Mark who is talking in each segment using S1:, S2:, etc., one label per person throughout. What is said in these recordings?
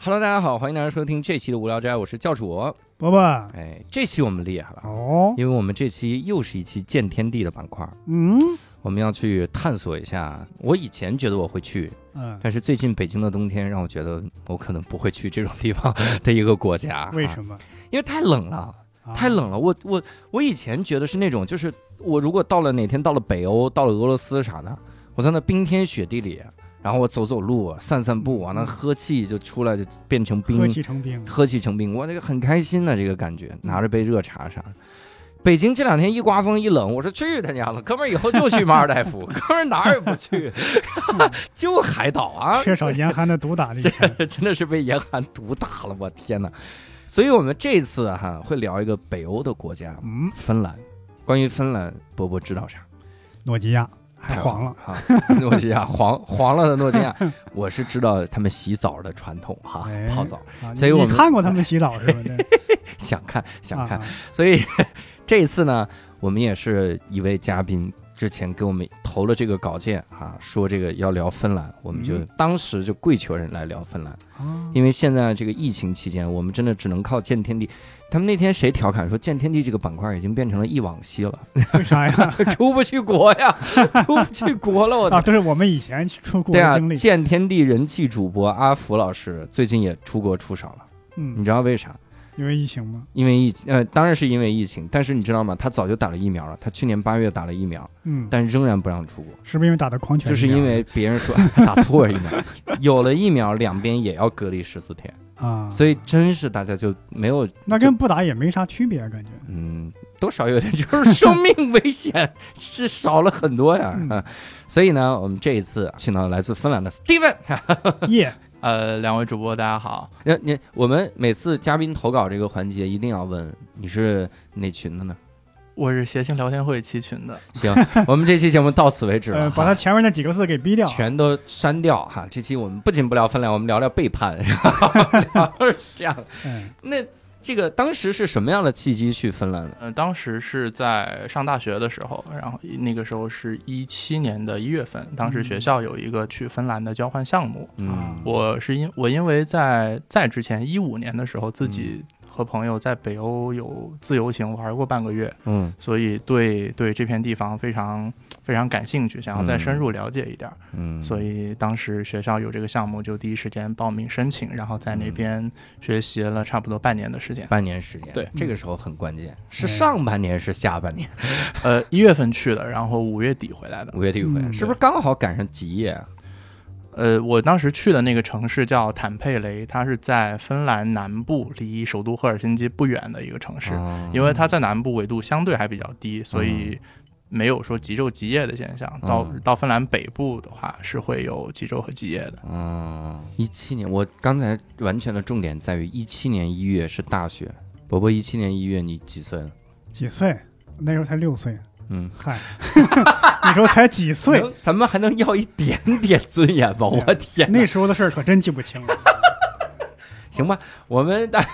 S1: Hello，大家好，欢迎大家收听这期的无聊斋，我是教主。
S2: 伯伯，
S1: 哎，这期我们厉害了，
S2: 哦，
S1: 因为我们这期又是一期见天地的板块，
S2: 嗯
S1: 我们要去探索一下。我以前觉得我会去，
S2: 嗯，
S1: 但是最近北京的冬天让我觉得我可能不会去这种地方的一个国家。
S2: 为
S1: 么？
S2: 什么？
S1: 因为太冷了。
S2: 啊
S1: 太冷了。我我我以前觉得是那种，就是我如果到了哪天到了北欧，到了俄罗斯啥的，我在那冰天雪地里，然后我走走路，啊散散步，往那喝气就出来，就变成冰，
S2: 嗯喝气成冰，
S1: 喝气成冰，我这个很开心的、这个感觉，拿着杯热茶啥的。北京这两天一刮风一冷，我说去他娘了，哥们儿以后就去马尔代夫， 哥们儿哪儿也不去， 就海岛啊，
S2: 缺少严寒的毒打这一枪
S1: 真的是被严寒毒打了，我天哪！所以我们这次啊哈、会聊一个北欧的国家，
S2: 嗯，
S1: 芬兰。关于芬兰，伯伯知道啥？
S2: 诺基亚还黄了，
S1: 哈、 诺基亚黄黄了的诺 基亚，我是知道他们洗澡的传统哈、
S2: 哎
S1: 泡澡
S2: 啊
S1: 所以
S2: 你
S1: 我
S2: 你
S1: 们
S2: 看过他们洗澡是 吧？对
S1: 想看想看，
S2: 啊
S1: 所以 这次呢，我们也是一位嘉宾之前给我们投了这个稿件哈、说这个要聊芬兰，我们就、
S2: 嗯
S1: 当时就跪求人来聊芬兰，
S2: 啊
S1: 因为现在这个疫情期间，我们真的只能靠见天地。他们那天谁调侃说见天地这个板块已经变成了忆往昔了，
S2: 为 啥呀？
S1: 出不去国 呀，出不去国了，我的
S2: 啊，这是我们以前出国
S1: 对
S2: 的
S1: 啊
S2: 经，历，
S1: 见天地人气主播阿福老师最近也出国出少了，你
S2: 嗯，
S1: 知道为啥？
S2: 因为疫情嘛，
S1: 因为疫呃，当然是因为疫情，但是你知道吗？他早就打了疫苗了，他去年八月打了疫苗，
S2: 嗯，
S1: 但仍然不让出国，
S2: 是不是因为打的狂犬疫苗？啊
S1: 就是因为别人说 打错了疫苗，有了疫苗两边也要隔离十四天，
S2: 啊，
S1: 所以真是大家就没有
S2: 那跟不打也没啥区别，感 觉。
S1: 嗯，多少有点，就是生命危险 是少了很多呀。
S2: 嗯
S1: 啊所以呢，我们这一次请到来自芬兰的 Steven，
S2: 耶，
S3: 呃，两位主播大家好，
S1: 那你我们每次嘉宾投稿这个环节一定要问你是哪群的 呢？
S3: 我是谐星聊天会七群的，
S1: 行，我们这期节目到此为止了
S2: 呃，
S1: 哈，
S2: 把他前面那几个字给逼掉。
S1: 全都删掉哈。这期我们不仅不聊分量，我们聊聊背叛， 聊这样。
S2: 嗯
S1: 那这个当时是什么样的契机去芬兰的？
S3: 呃，当时是在上大学的时候，然后那个时候是一七年的一月份，当时学校有一个去芬兰的交换项目，
S2: 啊
S1: 嗯，
S3: 我是因我因为在在之前一五年的时候，自己和朋友在北欧有自由行玩过半个月，
S1: 嗯
S3: 所以对对这片地方非常非常感兴趣，想要再深入了解一点儿。
S1: 嗯，
S3: 所以当时学校有这个项目，就第一时间报名申请，然后在
S1: 嗯
S3: 那边学习了差不多半年的时间。
S1: 半年时间，
S3: 对
S1: 这个时候很关键，是
S2: 嗯
S1: 上半年是下半年？
S3: 呃，一月份去的，然后五月底回来的。
S1: 五月底回来，
S2: 嗯
S1: 是不是刚好赶上极夜啊？
S3: 呃，我当时去的那个城市叫坦佩雷，它是在芬兰南部，离首都赫尔辛基不远的一个城市。
S1: 哦
S3: 因为它在南部纬度相对还比较低，所以没有说极昼极夜的现象。到
S1: 嗯
S3: 到芬兰北部的话，是会有极昼和极夜的。
S1: 嗯，一七年，我刚才完全的重点在于一七年一月是大学。伯伯，一七年一月你几岁了？
S2: 几岁？那时候才六岁。
S1: 嗯，
S2: 嗨， 那时候才几 岁？
S1: 能，咱们还能要一点点尊严吗？
S3: 啊
S1: 我天哪，
S2: 那时候的事儿可真记不清了。
S1: 行吧，我们大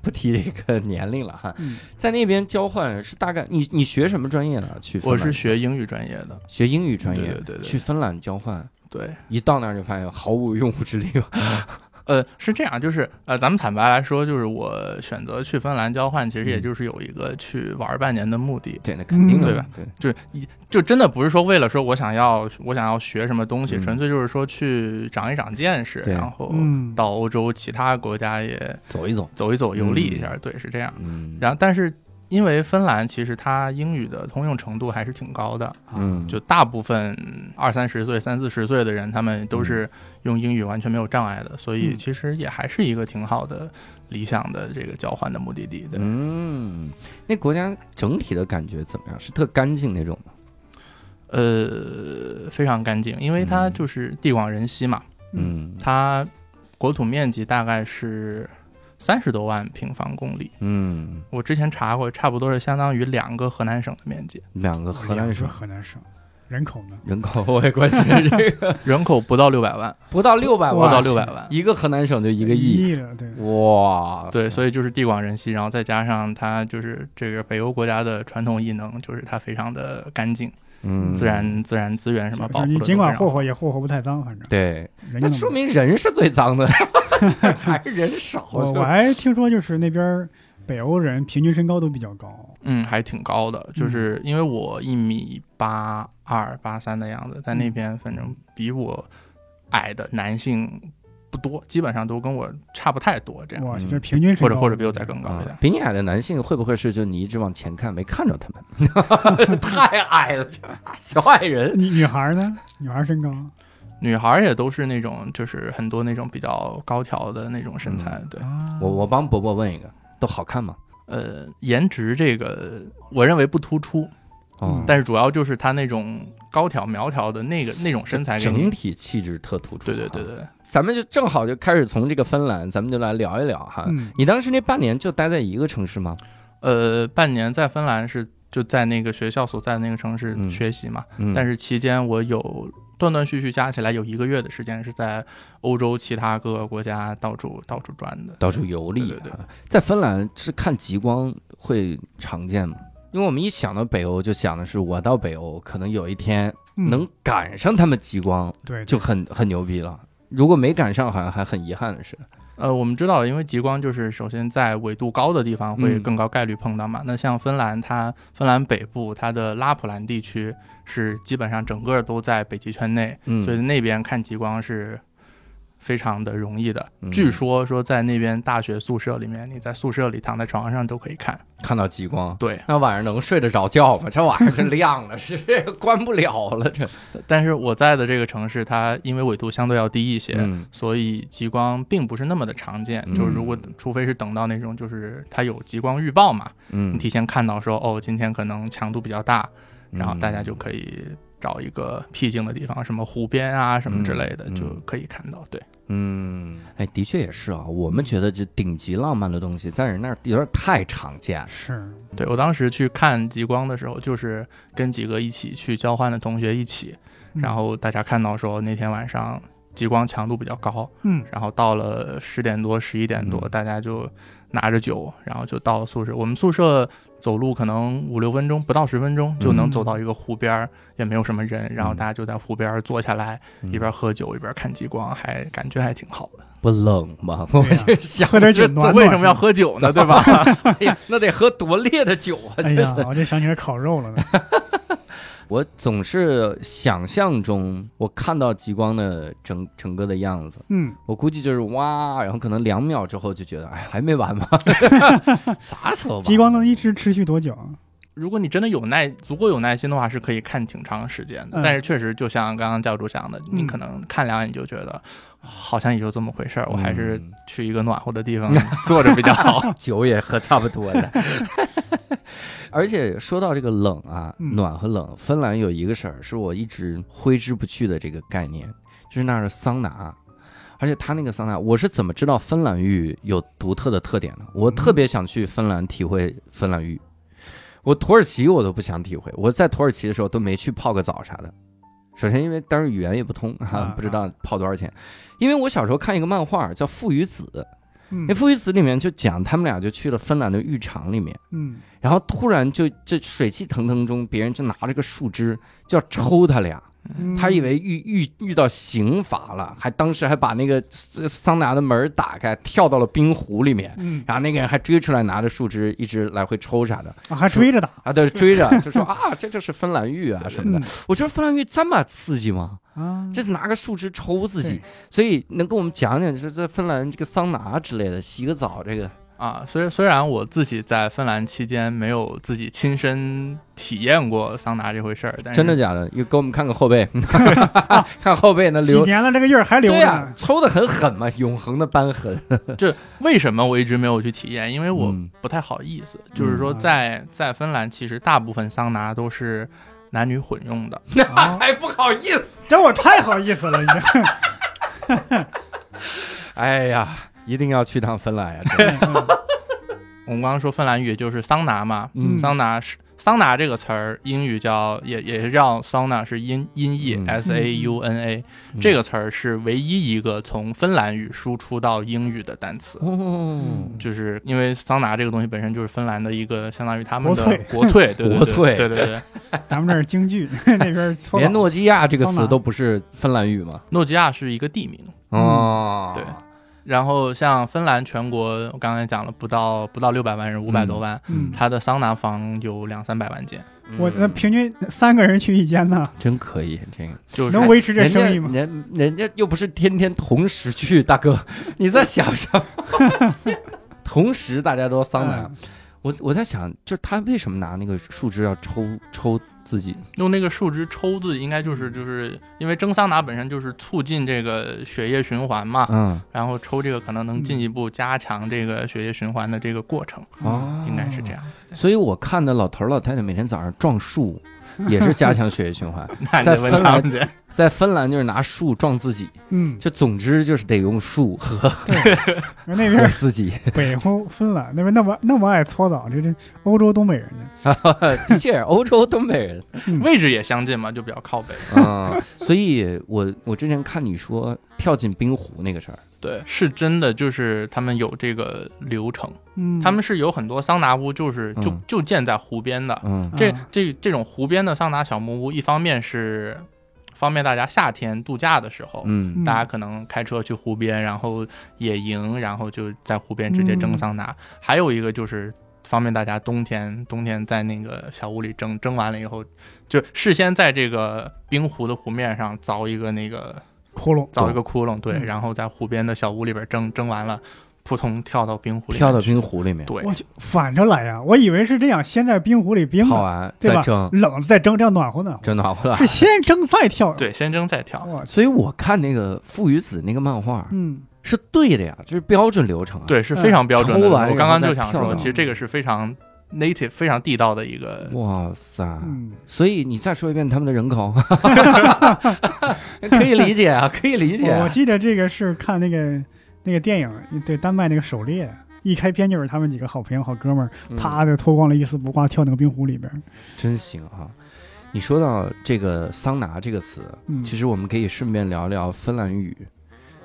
S1: 不提这个年龄了哈。
S2: 嗯
S1: 在那边交换是大概你你学什么专业的？去芬
S3: 我
S1: 兰
S3: 是学英语专业的，
S1: 学英语专业，
S3: 对对对对
S1: 去芬兰交换，
S3: 对，
S1: 一到那儿就发现毫无用武之地 了。
S3: 呃，是这样，就是呃，咱们坦白来说，就是我选择去芬兰交换，其实
S1: 嗯
S3: 也就是有一个去玩半年的目的，
S1: 对，那肯定的，
S3: 嗯对吧？
S1: 对，
S3: 就是一就真的不是说为了说我想要我想要学什么东西，
S1: 嗯
S3: 纯粹就是说去长一长见识，
S1: 对
S3: 然后
S2: 嗯
S3: 到欧洲其他国家也
S1: 走一走，
S3: 走一走，游历一下，对，是这样。
S1: 嗯，
S3: 然后，但是因为芬兰其实它英语的通用程度还是挺高的，
S2: 啊
S1: 嗯，
S3: 就大部分二三十岁、三四十岁的人，他们
S1: 嗯
S3: 都是用英语完全没有障碍的，所以
S2: 嗯
S3: 其实也还是一个挺好的理想的这个交换的目的地。对，
S1: 嗯，那国家整体的感觉怎么样？是特干净那种吗？
S3: 呃，非常干净，因为它
S1: 嗯
S3: 就是地广人稀嘛，
S1: 嗯
S3: 它国土面积大概是三十多万平方公里，
S1: 嗯，
S3: 我之前查过，差不多是相当于两个河南省的面积。
S1: 两个河南省
S2: 河南省，人口呢？
S1: 人口我也关心这个，
S3: 人口不到六百万，
S1: 不到六百
S3: 不到
S1: 万，
S3: 六百万。
S1: 一个河南省就一
S2: 一
S1: 个亿，
S2: 亿了，对，
S1: 哇，
S3: 对，所以就是地广人稀，然后再加上它就是这个北欧国家的传统异能，就是它非常的干净，
S1: 嗯，
S3: 自然自然资源什么保
S2: 就
S3: 护
S2: 是
S3: 得
S2: 你
S3: 都
S2: 尽
S3: 非
S2: 管
S3: 常
S2: 霍
S3: 好
S2: 霍也霍霍不太脏，反
S1: 嗯
S2: 正
S1: 对，
S2: 人
S1: 那
S2: 家
S1: 说明人是最脏 的，还是人少，
S2: 我我还听说就是那边儿北欧人平均身高都比较高，
S3: 嗯，还挺高的，
S2: 嗯
S3: 就是因为我一米八二八三的样子，在那
S2: 嗯
S3: 边反正比我矮的男性不多，基本上都跟我差不太多这样，
S2: 哇，
S1: 嗯
S2: 就是平均身高嗯
S3: 或者或者比我再更高一点
S1: 啊。比你矮的男性会不会是就你一直往前看没看着他们？ 太矮了，小矮人。
S2: 女女孩儿呢？女孩儿身高
S3: 女孩儿也都是那种，就是很多那种比较高挑的那种身材，对，
S2: 啊，
S1: 我我帮伯伯问一个，都好看吗？
S3: 呃，颜值这个我认为不突出，
S1: 哦
S2: 嗯，
S3: 但是主要就是她那种高挑苗条的那个那种身材给
S1: 整
S3: 你，
S1: 体气质特突出。啊
S3: 对对对，对，
S1: 咱们就正好就开始从这个芬兰，咱们就来聊一聊哈。
S2: 嗯
S1: 你当时那半年就待在一个城市吗？
S3: 呃，半年在芬兰是就在那个学校所在的那个城市
S1: 嗯
S3: 学习嘛，
S1: 嗯，
S3: 但
S1: 是
S3: 是期间我有断断续续加起来有一个月的时间是在欧洲其他各个国家到处到处转的。
S1: 到处游历、啊。
S3: 对对对
S1: 在芬兰是看极光会常见吗？因为我们一想到北欧，就想的是我到北欧可能有一天
S2: 嗯
S1: 能赶上他们极光，
S2: 对
S1: 就
S2: 对
S1: 很很牛逼了。如果没赶上，好像还很遗憾的是，
S3: 呃，我们知道，因为极光就是首先在纬度高的地方会
S1: 嗯
S3: 更高概率碰到嘛。那像芬兰，它芬兰北部它的拉普兰地区是基本上整个都在北极圈内，
S1: 嗯
S3: 所以那边看极光是非常的容易的。
S1: 嗯
S3: 据说说在那边大学宿舍里面，你在宿舍里躺在床上都可以看。
S1: 看到极光，
S3: 对，
S1: 那晚上能睡得着觉吗？这玩意儿是亮的，是 关不了了，这。
S3: 但是我在的这个城市，它因为纬度相对要低一些，
S1: 嗯
S3: 所以极光并不是那么的常见。
S1: 嗯
S3: 就是如果除非是等到那种，就是它有极光预报嘛，你
S1: 嗯，
S3: 提前看到说哦，今天可能强度比较大，然后
S1: 嗯
S3: 大家就可以找一个僻静的地方，什么湖边啊什么之类的，
S1: 嗯嗯
S3: 就可以看到。对，
S1: 嗯，哎，的确也是啊。我们觉得这顶级浪漫的东西，在人那儿有点太常见了。
S2: 是
S3: 对我当时去看极光的时候，就是跟几个一起去交换的同学一起，
S2: 嗯
S3: 然后大家看到说那天晚上极光强度比较高，
S2: 嗯
S3: 然后到了十点多、十一点多，
S1: 嗯
S3: 大家就拿着酒，然后就到了宿舍。我们宿舍走路可能五六分钟，不到十分钟就能走到一个湖边儿，也没有什么人。然后大家就在湖边儿坐下来，嗯一边喝酒一边看极光，还感觉还挺好的。
S1: 不冷 吗？我
S2: 对呀
S1: 这想
S2: 喝点酒
S1: 这
S2: 暖暖
S1: 为什么要
S2: 是吧
S1: 喝酒呢？对吧？ 哎呀，那得喝多烈的酒啊！
S2: 哎
S1: 真
S2: 呀
S1: 是，，
S2: 我就想起来烤肉了 呢。
S1: 我总是想象中我看到极光的整整个的样子。
S2: 嗯，
S1: 我估计就是哇，然后可能两秒之后就觉得，哎，还没完吗？ 啥时候完？
S2: 极光能一直持续多久啊？
S3: 如果你真的有耐，足够有耐心的话，是可以看挺长时间的。
S2: 嗯
S3: 但是确实，就像刚刚教主讲的，
S1: 嗯
S3: 你可能看两眼你就觉得，好像也就这么回事儿。我还是
S1: 嗯
S3: 去一个暖和的地方坐着比较好。
S1: 酒也喝差不多的。 而且说到这个冷啊，
S2: 嗯
S1: 暖和冷，芬兰有一个事儿是我一直挥之不去的这个概念，就是那儿的桑拿。而且它那个桑拿，我是怎么知道芬兰浴有独特的特点呢？我特别想去芬兰体会芬兰浴，我土耳其我都不想体会，我在土耳其的时候都没去泡个澡啥的。首先，因为当时语言也不通，哈、
S2: 啊
S1: 不知道泡多少钱。因为我小时候看一个漫画叫《父与子》，
S2: 嗯
S1: 哎那《父与子》里面就讲他们俩就去了芬兰的浴场里面，
S2: 嗯，
S1: 然后突然就这水气腾腾中，别人就拿着个树枝就要抽他俩，
S2: 嗯
S1: 他以为遇遇遇到刑罚了，还当时还把那个呃桑拿的门打开，跳到了冰湖里面。
S2: 嗯
S1: 然后那个人还追出来，拿着树枝一直来回抽啥的
S2: 啊还追着打
S1: 啊，对，追着就说啊，这就是芬兰浴啊什么的。我觉得芬兰浴这么刺激吗？
S2: 嗯啊，
S1: 这是拿个树枝抽自己
S2: 对，
S1: 所以能跟我们讲讲，就是在芬兰这个桑拿之类的，洗个澡这个，
S3: 啊，虽虽然我自己在芬兰期间没有自己亲身体验过桑拿这回事儿，但是
S1: 真的假的？又给我们看看后背， 看后背那
S2: 几
S1: 留，
S2: 年了，这个印儿还留
S1: 对
S2: 着
S1: 呀、
S2: 呢。
S1: 抽的很狠 嘛，永恒的瘢痕。
S3: 为什么我一直没有去体验？因为我
S1: 嗯
S3: 不太好意思，就是说
S2: 嗯
S3: 在在芬兰，其实大部分桑拿都是男女混用的，
S2: 啊
S1: 还不好意思。
S2: 这我太好意思了，已经。
S1: 哎呀，一定要去 趟芬兰呀！
S2: 嗯
S3: 我们刚刚说芬兰语也就是桑拿嘛，
S1: 嗯
S3: 桑拿是桑拿这个词儿，英语叫也也让桑拿是音音译
S1: 嗯
S3: S A U N A，
S1: 嗯
S3: 这个词儿是唯一一个从芬兰语输出到英语的单词。
S1: 哦，
S3: 就是因为桑拿这个东西本身就是芬兰的一个相当于他们的
S2: 国粹
S3: 国粹，对对对
S1: 国粹
S3: 对对对。
S2: 咱们这儿京剧， 那边儿搓
S1: 连
S2: 澡
S1: 诺基亚这个
S2: 桑
S1: 词
S2: 拿
S1: 都不是芬兰语嘛？
S3: 诺基亚是一个地名，
S2: 嗯
S1: 哦，
S3: 对然后像芬兰全国，我刚才讲了，不到不到六百万人，五百多万，
S2: 嗯，
S3: 它的桑拿房有两三百万间，
S1: 嗯
S2: 我那平均三个人去一间呢，
S1: 真可以，这个
S3: 就是
S2: 能维持这
S1: 人家
S2: 生意吗？
S1: 人人家又不是天天同时去，大哥，你再想想， 同时大家都桑拿
S2: 嗯，，
S1: 我我在想，就是他为什么拿那个树枝要抽抽自己？
S3: 用那个树枝抽自己，应该就是
S1: 嗯
S3: 就是因为蒸桑拿本身就是促进这个血液循环嘛，
S1: 嗯，
S3: 然后抽这个可能能进一步加强这个血液循环的这个过程，
S1: 哦，
S3: 应该 是这。样。
S1: 所以我看的老头儿老太太每天早上撞树，也是加强血液循环。
S3: 那你得问他们去，
S1: 在芬兰就是拿树撞自己，
S2: 嗯，
S1: 就总之就是得用树和
S2: 那边
S1: 和
S2: 儿
S1: 自己。
S2: 北欧芬兰那边那么那么爱搓澡，这这欧洲东北人呢，
S1: 的确，欧洲东北人
S3: 位置也相近嘛，就比较靠北。
S1: 啊、 所以我我之前看你说跳进冰湖那个事儿，
S3: 对，是真的，就是他们有这个流程，
S2: 嗯，
S3: 他们是有很多桑拿屋，就是就
S1: 嗯
S3: 就建在湖边的。
S1: 嗯
S2: 啊
S3: 这这这种湖边的桑拿小木屋，一方面是方便大家夏天度假的时候，
S1: 嗯
S2: 嗯
S3: 大家可能开车去湖边，然后野营，然后就在湖边直接
S1: 嗯
S3: 蒸桑拿。还有一个就是方便大家冬天冬天在那个小屋里蒸，蒸完了以后，就事先在这个冰湖的湖面上凿一个那个
S2: 窟窿，
S3: 凿一个窟窿，对，
S2: 嗯
S3: 然后在湖边的小屋里边蒸，蒸完了，扑通跳到冰湖里面去，
S1: 跳到冰湖里面
S3: 对
S2: 我。去反着来呀，我以为是这样，先在冰壶里冰
S1: 泡啊
S2: 着，
S1: 完
S2: 对
S1: 再
S2: 吧
S1: 蒸，
S2: 冷了再蒸，这样暖和暖和，
S1: 真暖和了。
S2: 是先蒸再跳，，
S3: 对，先蒸再
S1: 嗯
S3: 跳，
S2: 我去，
S1: 所以我看那个父与子那个漫画
S2: 嗯
S1: 是对的呀，就是标准流程啊。，
S3: 对，是非常标准的。
S1: 抽完
S3: 我刚刚就
S1: 然
S3: 想
S1: 后再跳
S3: 说，
S1: 上
S3: 其实这个是非常 native、非常地道的一个
S1: 哇塞！
S2: 嗯，
S1: 所以你再说一遍他们的人 口，可以理解啊，可以理解啊。
S2: 我我记得这个是看那个那个电影，对丹麦那个狩猎。一开篇就是他们几个好朋友、好哥们儿，
S1: 嗯
S2: 啪的脱光了，一丝不挂，跳那个冰湖里边儿。
S1: 真行啊！你说到这个桑拿这个词，
S2: 嗯，
S1: 其实我们可以顺便聊聊芬兰语。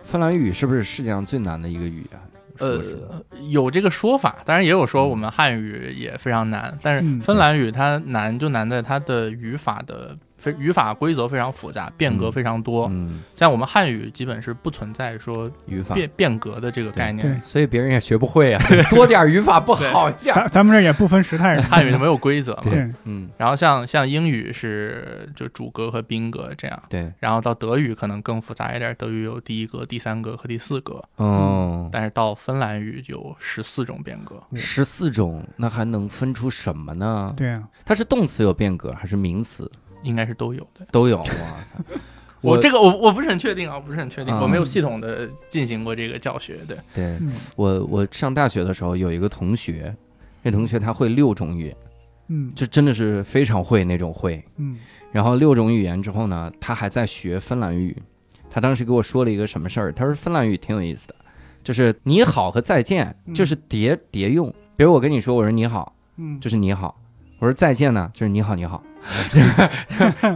S1: 芬兰语是不是世界上最难的一个语啊言？说实话
S3: 呃，有这个说法，当然也有说我们汉语也非常难，但
S2: 嗯
S3: 是芬兰语它难就难在它的语法的非语法规则非常复杂，变革非常多。
S1: 嗯，
S3: 像我们汉语基本是不存在说
S1: 语法，
S3: 变变革的这个概念，
S1: 所以别人也学不会 啊。多点语法不好一点儿？
S2: 咱咱们这儿也不分时 态人，
S3: 汉语就没有规则嘛。
S2: 对，
S1: 嗯，
S3: 然后像像英语是就主格和宾格这样，
S1: 对，
S3: 然后到德语可能更复杂一点，德语有第一格、第三格和第四格，
S1: 哦，
S3: 但是到芬兰语有十四种变革。
S1: 十四种，那还能分出什么呢？
S2: 对啊，
S1: 它是动词有变革还是名词
S3: 应该是都有的。
S1: 都 有？哇塞！
S3: 我这个我我不是很确定啊，我不是很确定，
S1: 啊
S3: 我没有系统的进行过这个教学。对，
S1: 对
S2: 嗯
S1: 我我上大学的时候有一个同学，那同学他会六种语言，
S2: 嗯
S1: 就真的是非常会那种会。
S2: 嗯
S1: 然后六种语言之后呢，他还在学芬兰语。他当时给我说了一个什么事儿？他说芬兰语挺有意思的，就是你好和再见
S2: 嗯
S1: 就是叠叠用。比如我跟你说，我说你好，
S2: 嗯，
S1: 就是你好；我说再见呢，就是你好你好。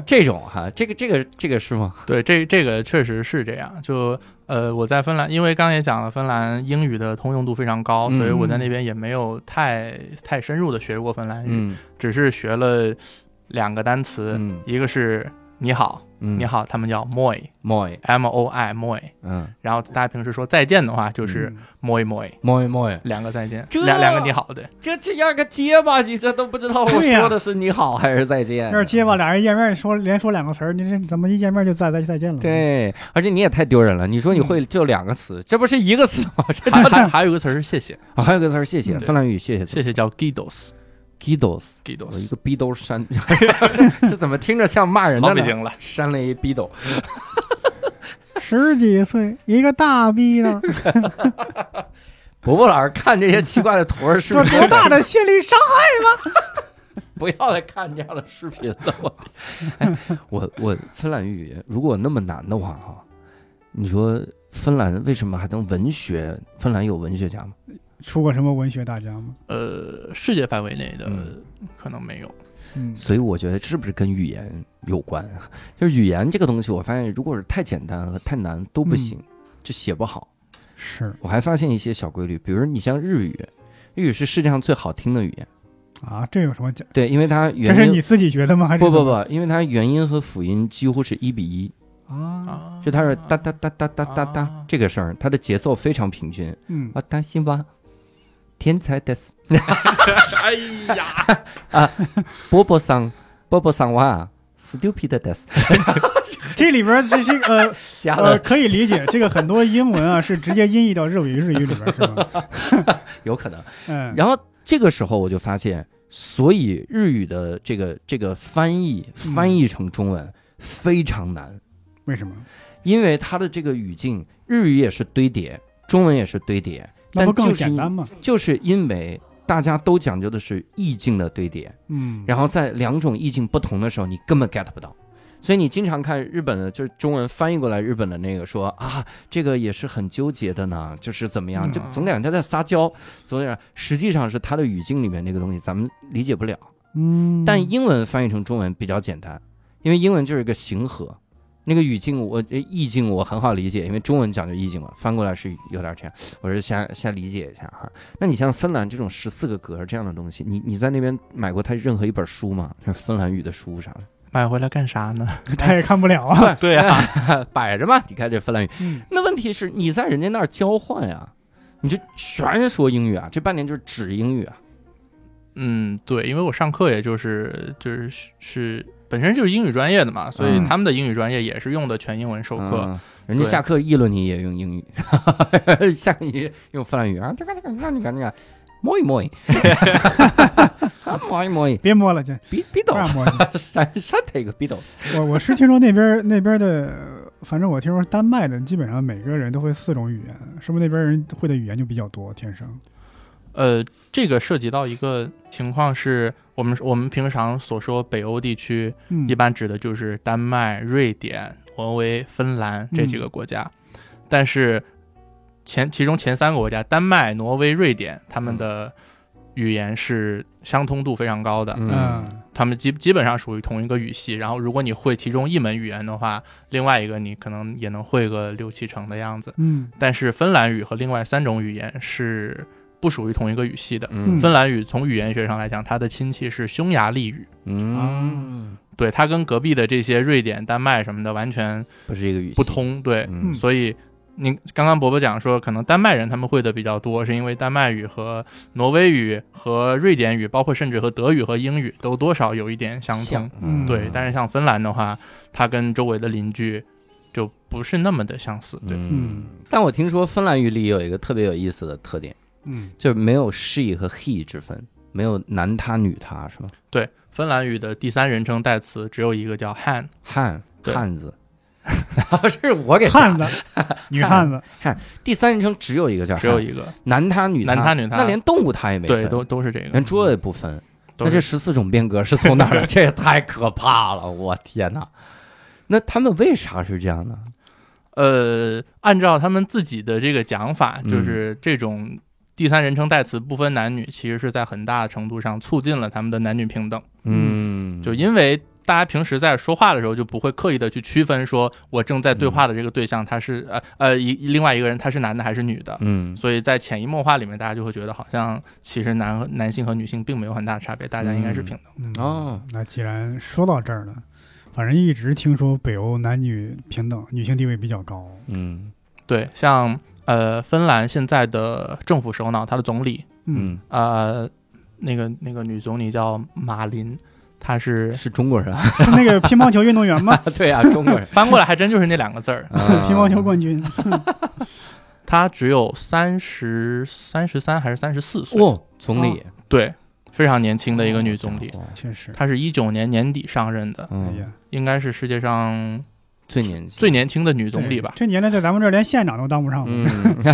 S1: 这种哈，这个这个这个是吗？
S3: 对，这这个确实是这样。就呃，我在芬兰，因为刚才也讲了，芬兰英语的通用度非常高，
S1: 嗯
S3: 所以我在那边也没有太太深入的学过芬兰语，
S1: 嗯
S3: 只是学了两个单词，
S1: 嗯
S3: 一个是你好，
S1: 嗯，
S3: 你好，他们叫 moi，m
S1: ，moi，
S3: o i moi。
S1: 嗯
S3: 然后大家平时说再见的话，就是 moi moi，
S1: ，moi moi，
S3: 两个再见，
S1: 这
S3: 两两个你 好，对。
S1: 这这样个结巴，你这都不知道我
S2: 对呀
S1: 说的是你好还是再见啊
S2: 要。是结巴，俩人见面说连说两个词儿，你这怎么一见面就再再再见了？，
S1: 嗯对，而且你也太丢人了。你说你会就两个词，这不是一个词吗？这
S3: 还还还有一个词儿是谢谢，
S1: 啊，还有个词儿谢谢，
S3: 嗯
S1: 芬兰语谢谢词
S3: 谢谢叫 gidos。
S1: ，gidos，
S3: 给多
S1: 我一个逼兜 扇，这怎么听着像骂人的
S3: 老北
S1: 呢？
S3: 京了，
S1: 扇了一逼兜，
S2: 十几岁一个大 逼呢，
S1: 伯伯老师看这些奇怪的图儿，是
S2: 这
S1: 不是
S2: 多大的 心理伤害？
S1: 不要再看这样的视频了？ 我，哎我我芬兰语如果那么难的话哈，你说芬兰为什么还能文学？芬兰有文学家吗？
S2: 出过什么文学大家吗？
S3: 呃，世界范围内的
S1: 嗯
S3: 可能没有，
S2: 嗯，
S1: 所以我觉得是不是跟语言有关？ 就是语言这个东西，我发现如果是太简单和太难都不
S2: 嗯
S1: 行，就写不好。
S2: 是
S1: 我还发现一些小规律，比如你像日语，日语是世界上最好听的语言，
S2: 啊，这有什么讲？
S1: 对，因为它
S2: 这是
S1: 原
S2: 你
S1: 音
S2: 自己觉得吗？还是
S1: 不不
S2: 怎么
S1: 不，因为它元音和辅音几乎是一比一，
S2: 啊？
S3: 啊，
S1: 就它是哒哒哒哒哒哒哒
S3: 啊
S1: 这个声儿，它的节奏非常平均。
S2: 哦嗯，
S1: 啊，担心吧，天才的 死，
S3: 哎呀，
S1: 波波桑，波波桑哇，stupid 的死，
S2: 这里边这是 呃
S1: 加
S2: 呃，
S1: 了
S2: 可以理解，这个很多英文啊是直接音译到日语日语里边是 吧？
S1: 有可能。
S2: 嗯，
S1: 然后这个时候我就发现，所以日语的这个这个翻译
S2: 嗯
S1: 翻译成中文非常难，
S2: 为什么？
S1: 因为它的这个语境，日语也是堆叠，中文也是堆叠，
S2: 那
S1: 但
S2: 不更
S1: 就是
S2: 简单吗？
S1: 就是因为大家都讲究的是意境的堆叠，
S2: 嗯，
S1: 然后在两种意境不同的时候，你根本 get 不到。所以你经常看日本的，就是中文翻译过来日本的那个说啊，这个也是很纠结的呢，就是怎么样，
S2: 嗯
S1: 就总感觉他在撒娇，总感觉实际上是他的语境里面那个东西咱们理解不了。
S2: 嗯，
S1: 但 英文翻译成中文比较简单，因为英文就是一个形和，那个语境我呃意境我很好理解，因为中文讲究意境嘛，翻过来是有点这样。我是先先理解一下哈。那你像芬兰这种十四个格这样的东西，你你在那边买过它任何一本书吗？像芬兰语的书啥的？
S3: 买回来干啥呢？
S2: 他也看不了啊。
S1: 对啊， 摆着嘛。你看这芬兰语，
S2: 嗯
S1: 那问题是你在人家那儿交换呀、你就全说英语啊，这半年就是只英语啊。
S3: 嗯，对，因为我上课也就是就是是是本身就是英语专业的嘛，所以
S1: 嗯
S3: 他们的英语专业也是用的全英文授课。
S1: 嗯人家
S3: 对
S1: 下课议论你也用英语，下课你用芬兰语啊，这个这个这个这个这个，摸一 摸一，啊摸一摸一，
S2: 别摸 了，这
S1: 逼逼
S2: 不
S3: 啊
S1: 斗，
S2: 让摸你。
S1: 山 山这个逼斗，
S2: 我我是听说那边那边的，反正我听说丹麦的，基本上每个人都会四种语言，是不是那边人会的语言就比较多？天生
S3: 呃，这个涉及到一个情况是，我们我们平常所说北欧地区，
S2: 嗯，
S3: 一般指的就是丹麦、瑞典、挪威、芬兰这
S1: 嗯
S3: 几个国家，但是前其中前三个国家，丹麦、挪威、瑞典，他
S1: 嗯
S3: 们的语言是相通度非常高的，
S1: 嗯
S2: 嗯，
S3: 他们基基本上属于同一个语系。然后，如果你会其中一门语言的话，另外一个你可能也能会个六七成的样子。
S2: 嗯
S3: 但是芬兰语和另外三种语言是不属于同一个语系的。
S1: 嗯
S3: 芬兰语从语言学上来讲，它的亲戚是匈牙利语，
S1: 嗯，
S3: 对，它跟隔壁的这些瑞典、丹麦什么的完全
S1: 不是一个语系
S3: 不，通，对，
S1: 嗯
S3: 所以。您刚刚伯伯讲说，可能丹麦人他们会的比较多，是因为丹麦语和挪威语和瑞典语，包括甚至和德语和英语都多少有一点相通
S1: 像。
S2: 嗯
S3: 对，但是像芬兰的话，它跟周围的邻居就不是那么的相似。对，
S1: 嗯，但我听说芬兰语里有一个特别有意思的特点，
S2: 嗯
S1: 就是没有 she 和 he 之分，没有男他女他，是吧？
S3: 对，芬兰语的第三人称代词只有一个叫 han，
S1: 汉
S3: 对
S1: 汉子， 是我给
S2: 汉子，女汉子，
S1: 第三人称只有一个叫
S3: 只有
S1: 汉
S3: 一个，
S1: 男他女
S3: 男他女他
S1: 那连动物它也没分，
S3: 对，都都是这个
S1: 连。猪也不分。
S3: 都
S1: 那
S3: 是
S1: 这十四种变革是从哪儿来？这也太可怕了！ 我天哪！那他们为啥是这样呢？
S3: 呃，按照他们自己的这个讲法，
S1: 嗯
S3: 就是这种第三人称代词不分男女，其实是在很大程度上促进了他们的男女平等。
S1: 嗯，
S3: 就因为大家平时在说话的时候，就不会刻意的去区分，说我正在对话的这个对象他是呃呃一另外一个人他是男的还是女的。
S1: 嗯，
S3: 所以在潜移默化里面，大家就会觉得好像其实男和男性和女性并没有很大的差别，大家应该是平等。
S2: 嗯
S1: 哦，
S2: 那既然说到这儿了，反正一直听说北欧男女平等，女性地位比较高。
S1: 嗯
S3: 对，像呃芬兰现在的政府首脑，他的总理
S1: 嗯，
S3: 呃，那个那个女总理叫马林，她是
S1: 是中国人 啊？
S2: 是那个乒乓球运动员吗？
S1: 对啊，中 国人
S3: 翻过来还真就是那两个字儿。
S1: 啊
S2: 乒乓球冠军，
S3: 她只有三十三十三还是三十四岁，
S1: 哦，总理
S3: 对，非常年轻的一个女总理。
S1: 哦
S2: 确实。
S3: 她是一九年年底上任的，
S2: 哎
S1: 嗯，
S2: 呀，
S3: 应该是世界上
S1: 最年轻
S3: 最年轻的女总理吧。
S2: 这年代在咱们这儿连县长都当不上，
S1: 嗯，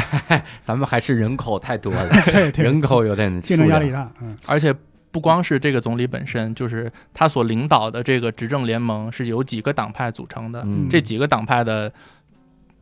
S1: 咱们还是人口太多 了，
S2: 对对，
S1: 人口有点
S2: 竞争压力
S1: 数量。
S2: 大。嗯
S3: 而且不光是这个总理本身，就是她所领导的这个执政联盟是由几个党派组成的，
S1: 嗯，
S3: 这几个党派的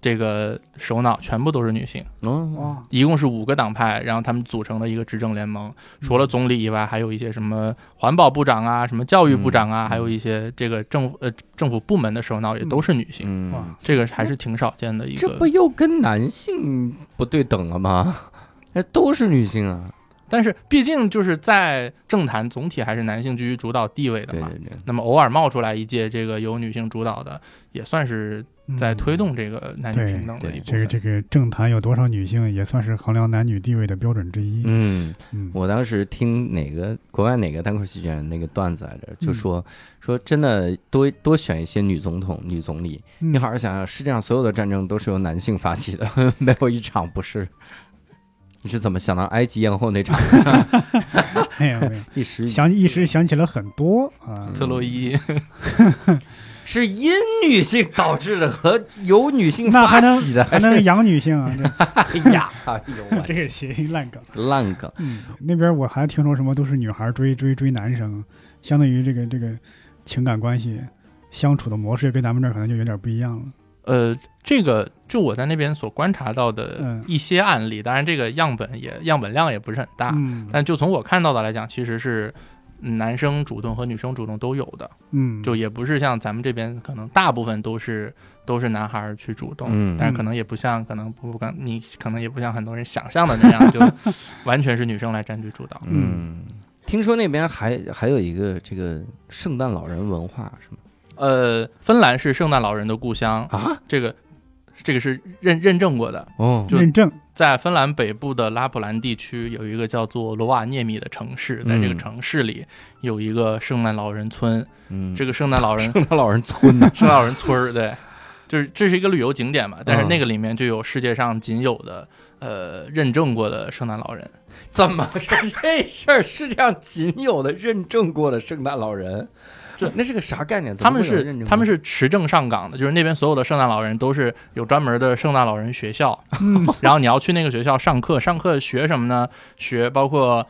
S3: 这个首脑全部都是女性，
S1: 哦，
S2: 哇，
S3: 一共是五个党派，然后他们组成了一个执政联
S1: 嗯
S3: 盟。除了总理以外，还有一些什么环保部长啊、什么教育部长啊，
S1: 嗯
S3: 还有一些这个政府呃政府部门的首脑也都是女性，
S1: 嗯
S2: 哇，
S3: 这个还是挺少见的一
S1: 这不
S3: 个。
S1: 又跟男性不对等了吗？ 哎，都是女性啊，
S3: 但是毕竟就是在政坛总体还是男性居于主导地位的
S1: 对
S3: 嘛。
S1: 对对，
S3: 那么偶尔冒出来一届这个由女性主导的，也算是嗯在
S1: 嗯
S3: 推动这个男女平等的一
S2: 嗯
S3: 部
S2: 这个
S3: 分。
S2: 这个政坛有多少女性，也算是衡量男女地位的标准之一。
S1: 嗯。
S2: 嗯，
S1: 我当时听哪个国外哪个单口喜剧演员那个段子来着，
S2: 嗯
S1: 就说、说真的多多选一些女总统、女总理，
S2: 嗯
S1: 你好好想想，世界上所有的战争都是由男性发起的， 没有一场不是。你是怎么想到埃及艳后那场？
S2: 没有没有，
S1: 一时语
S2: 哎想一时想起了很多 啊
S1: 嗯。
S3: 特洛伊，
S1: 是因女性导致的和由女性
S2: 那
S1: 发
S2: 还能
S1: 起的。
S2: 还能养女性啊？这
S1: 哎呀，哎呦我
S2: 这个谐音烂梗。
S1: 烂梗！
S2: 嗯，那边我还听说什么都是女孩追追追男生，相当于这个这个情感关系相处的模式跟咱们这儿可能就有点不一样了。
S3: 呃，这个就我在那边所观察到的
S2: 嗯
S3: 一些案例，当然这个样本也样本量也不是很大，
S2: 嗯
S3: 但就从我看到的来讲，其实是嗯男生主动和女生主动都有的，
S2: 嗯，
S3: 就也不是像咱们这边可能大部分都是都是男孩儿去主动，
S1: 嗯
S3: 但是可能也不像可能不不敢你可能也不像很多人想象的那样， 就完全是女生来占据主导。
S1: 嗯，听说那边还还有一个这个圣诞老人文化是吗？
S3: 呃，芬兰是圣诞老人的故乡，
S1: 啊，
S3: 这个这个是认认证过的，
S1: 哦，
S3: 就
S2: 认证
S3: 在芬兰北部的拉普兰地区有一个叫做罗瓦涅米的城市，在这个
S1: 嗯
S3: 城市里有一个圣诞老人村，
S1: 嗯，
S3: 这个圣诞老 人
S1: 圣诞老人村呢？
S3: 圣诞老人村儿，对，就是这是一个旅游景点嘛，但是
S1: 嗯
S3: 那个里面就有世界上仅有的呃认证过的圣诞老人，
S1: 怎么是这事儿世界上仅有的认证过的圣诞老人？
S3: 这
S1: 那是个啥概念？
S3: 他们
S1: 怎么会有认
S3: 是
S1: 证
S3: 他们是持证上岗的，就是那边所有的圣诞老人都是有专门的圣诞老人学校，然后你要去那个学校上课，上课学什么呢？学包括。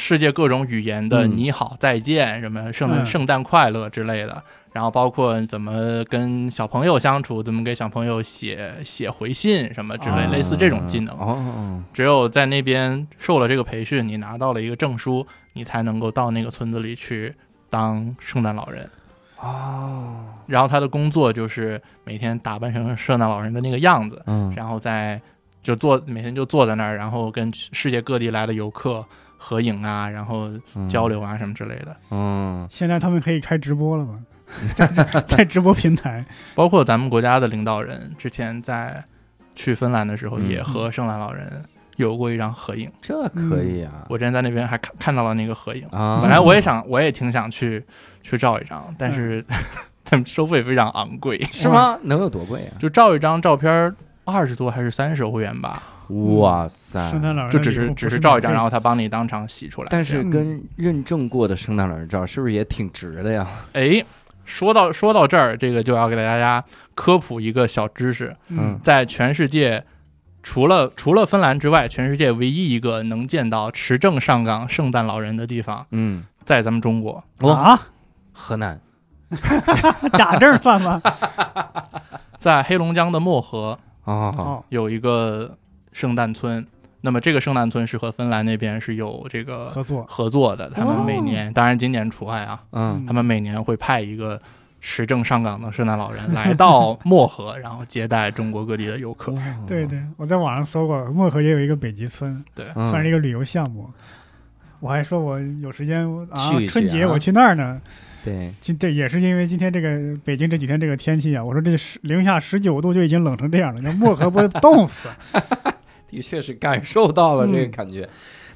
S3: 世界各种语言的
S1: 嗯
S3: 你好、再见，什么圣诞、
S2: 嗯
S3: 圣诞快乐之类的，然后包括怎么跟小朋友相处，怎么给小朋友写写回信什么之类，
S2: 啊
S3: 类似这种技能。
S1: 哦哦，
S3: 只有在那边受了这个培训，你拿到了一个证书，你才能够到那个村子里去当圣诞老人。
S1: 哦，
S3: 然后他的工作就是每天打扮成圣诞老人的那个样子，
S1: 嗯，
S3: 然后在就坐每天就坐在那儿，然后跟世界各地来的游客合影啊，然后交流啊什么之类的。
S1: 嗯，
S2: 现在他们可以开直播了吧？ 在在直播平台，
S3: 包括咱们国家的领导人之前在去芬兰的时候，
S1: 嗯
S3: 也和圣诞老人有过一张合影。
S1: 这可以啊
S3: 我之前在那边还看看到了那个合影。
S1: 啊！嗯
S3: 嗯本来我也想，我也挺想去去照一张，但是 他们收费非常昂贵，
S1: 是吗？能有多贵啊？
S3: 就照一张照片二十多还是三十欧元吧，
S1: 哇塞！
S2: 圣诞老人
S3: 啊就只是只是照一张，然
S2: 后
S3: 后他帮你当场洗出来。
S1: 但
S3: 这
S1: 是
S3: 样
S1: 跟认证过的圣诞老人照是不是也挺值的呀？
S3: 哎，说到说到这儿，这个就要给大家科普一个小知识，
S1: 嗯
S3: 在全世界。除了除了芬兰之外，全世界唯一一个能见到持证上岗圣诞老人的地方，
S1: 嗯，
S3: 在咱们中国。
S1: 哇，
S2: 啊，
S1: 河南
S2: 假证算 吗？
S3: 在黑龙江的漠河，
S1: 哦，
S2: 哦，
S3: 有一个圣诞村，那么这个圣诞村是和芬兰那边是有这个
S2: 哦合作，
S3: 合作的，他们每年，当然今年除外啊，
S1: 嗯，
S3: 他们每年会派一个持证上岗的圣诞老人来到漠河，然后接待中国各地的游客。
S1: 哇
S2: 对，对，我在网上搜过，漠河也有一个北极村，
S1: 嗯
S2: 算是一个旅游项目。我还说我有时间我啊
S1: 去一，去
S2: 春节
S1: 啊
S2: 我去那儿呢。
S1: 对，
S2: 今这也是因为今天这个北京这几天这个天气啊，我说这十零下十九度就已经冷成这样了，那 漠河不得冻死？
S1: 的确是感受到了这个
S2: 嗯
S1: 感觉。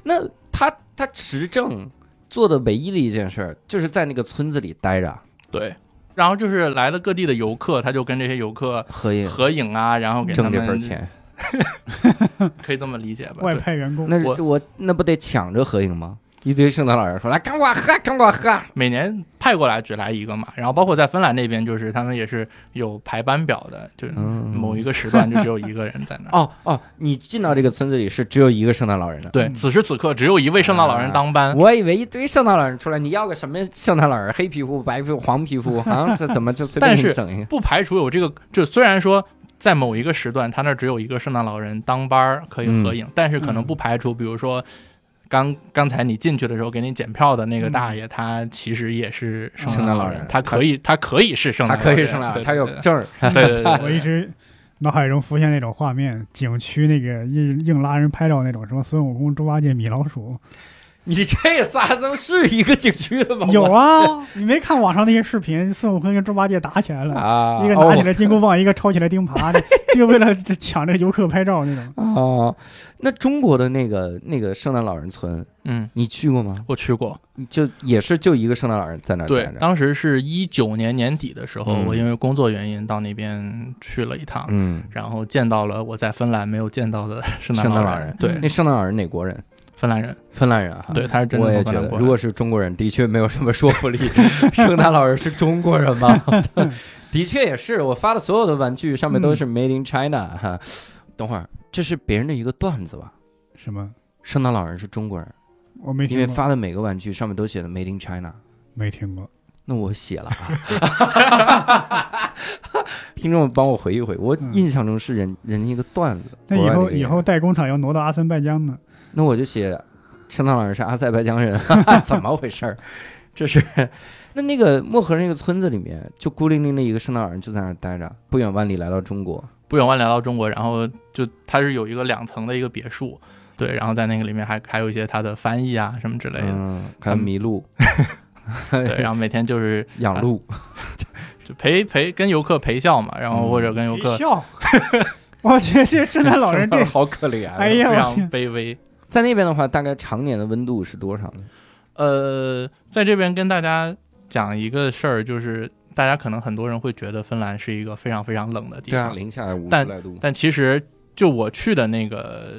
S1: 那他他持证做的唯一的一件事儿，就是在那个村子里待着
S3: 对，然后就是来了各地的游客，他就跟这些游客
S1: 合影，
S3: 合影啊，然后给他
S1: 嗯挣
S3: 们
S1: 这份，钱。
S3: 可以这么理解吧？
S2: 外
S3: 对
S2: 派员工，
S1: 那我我那不得抢着合影吗？一堆圣诞老人说来跟我喝，跟我喝。
S3: 每年派过来只来一个嘛，然后包括在芬兰那边，就是他们也是有排班表的，就是
S1: 嗯
S3: 某一个时段就只有一个人在那儿。
S1: 哦哦，你进到这个村子里是只有一个圣诞老人的。
S3: 对，
S2: 嗯
S3: 此时此刻只有一位圣诞老
S1: 啊
S3: 人当班，
S1: 我以为一堆圣诞老人出来，你要个什么圣诞老人？黑皮肤、白皮肤、黄皮肤，啊，这怎么就随
S3: 但
S1: 便
S3: 是
S1: 整一个？
S3: 不排除有这个。就虽然说在某一个时段，他那儿只有一个圣诞老人当班儿可以
S1: 嗯
S3: 合影，但是可能不排除，比如说。刚刚才你进去的时候，给你检票的那个大爷，他其实也是
S1: 圣
S3: 圣
S1: 诞
S3: 诞
S1: 老
S3: 老
S1: 人
S3: 他可以，他可以是圣
S1: 他
S3: 诞，
S1: 可以上来，
S3: 对
S1: 他有
S3: 对对
S1: 证儿，
S3: 对 对对，
S2: 我一直脑海中浮现那种画面，景区那个硬硬拉人拍照那种，什么孙悟空、猪八戒、米老鼠，
S1: 你这仨都是一个景区的吗？
S2: 有啊，你没看网上那些视频，孙悟空跟猪八戒打起来了，
S1: 啊，
S2: 一个拿起来金箍棒，一个抄起来钉耙 的，就为了抢这个游客拍照那种。
S1: 哦，那中国的那个那个圣诞老人村，
S3: 嗯，
S1: 你去过吗？
S3: 我去过，
S1: 就也是就一个圣诞老人在那儿
S3: 对
S1: 待，着。
S3: 当时是一九年年底的时候，
S1: 嗯
S3: 我因为工作原因到那边去了一趟，
S1: 嗯，
S3: 然后见到了我在芬兰没有见到的 圣诞
S1: 圣诞老
S3: 老
S1: 人
S3: 对，
S1: 那圣诞老人哪国人？
S3: 芬兰人，
S1: 芬兰人啊。
S3: 对，他是真
S1: 我
S3: 的
S1: 也
S3: 从
S1: 觉
S3: 芬
S1: 得，
S3: 兰过来
S1: 如果是中国人，的确没有什么说服力。 圣诞老人是中国人 吗？的确也是，我发的所有的玩具上面
S2: 嗯
S1: 都是 Made in China 哈。等会儿，这是别人的一个段子吧？
S2: 什么？
S1: 圣诞老人是中国人，
S2: 我没
S1: 因为
S2: 听过，
S1: 发的每个玩具上面都写的 Made in China。
S2: 没听过。
S1: 那我写了 啊， 听众帮我回一回，我印象中是人人家一个段子。
S2: 嗯那
S1: 国
S2: 以
S1: 外
S2: 后
S1: 的一个
S2: 以后
S1: 人，
S2: 代工厂要挪到阿塞拜疆呢？
S1: 那我就写圣诞老人是阿塞拜疆人， 怎么回事儿？ 这是那那个漠河那个村子里面，就孤零零的一个圣诞老人就在那儿待着，不远万里来到中国。
S3: 不远万里来到中国，然后就他是有一个两层的一个别墅，对，然后在那个里面还还有一些他的翻译啊什么之类的，
S1: 嗯，啊还有麋鹿、
S3: 对，然后每天就是
S1: 养鹿，，
S3: 就陪陪跟游客陪笑嘛，然后或者跟游客
S2: 别 笑，我去，这圣诞老 人这
S1: 好可怜啊。
S2: 哎
S3: 非
S2: 呀，
S3: 常
S2: 我天，
S3: 卑微。
S1: 在那边的话，大概常年的温度是多少呢？
S3: 呃，在这边跟大家讲一个事儿，就是大家可能很多人会觉得芬兰是一个非常非常冷的地
S1: 对啊，
S3: 方，
S1: 零下五十
S3: 但
S1: 来度。
S3: 但其实就我去的那个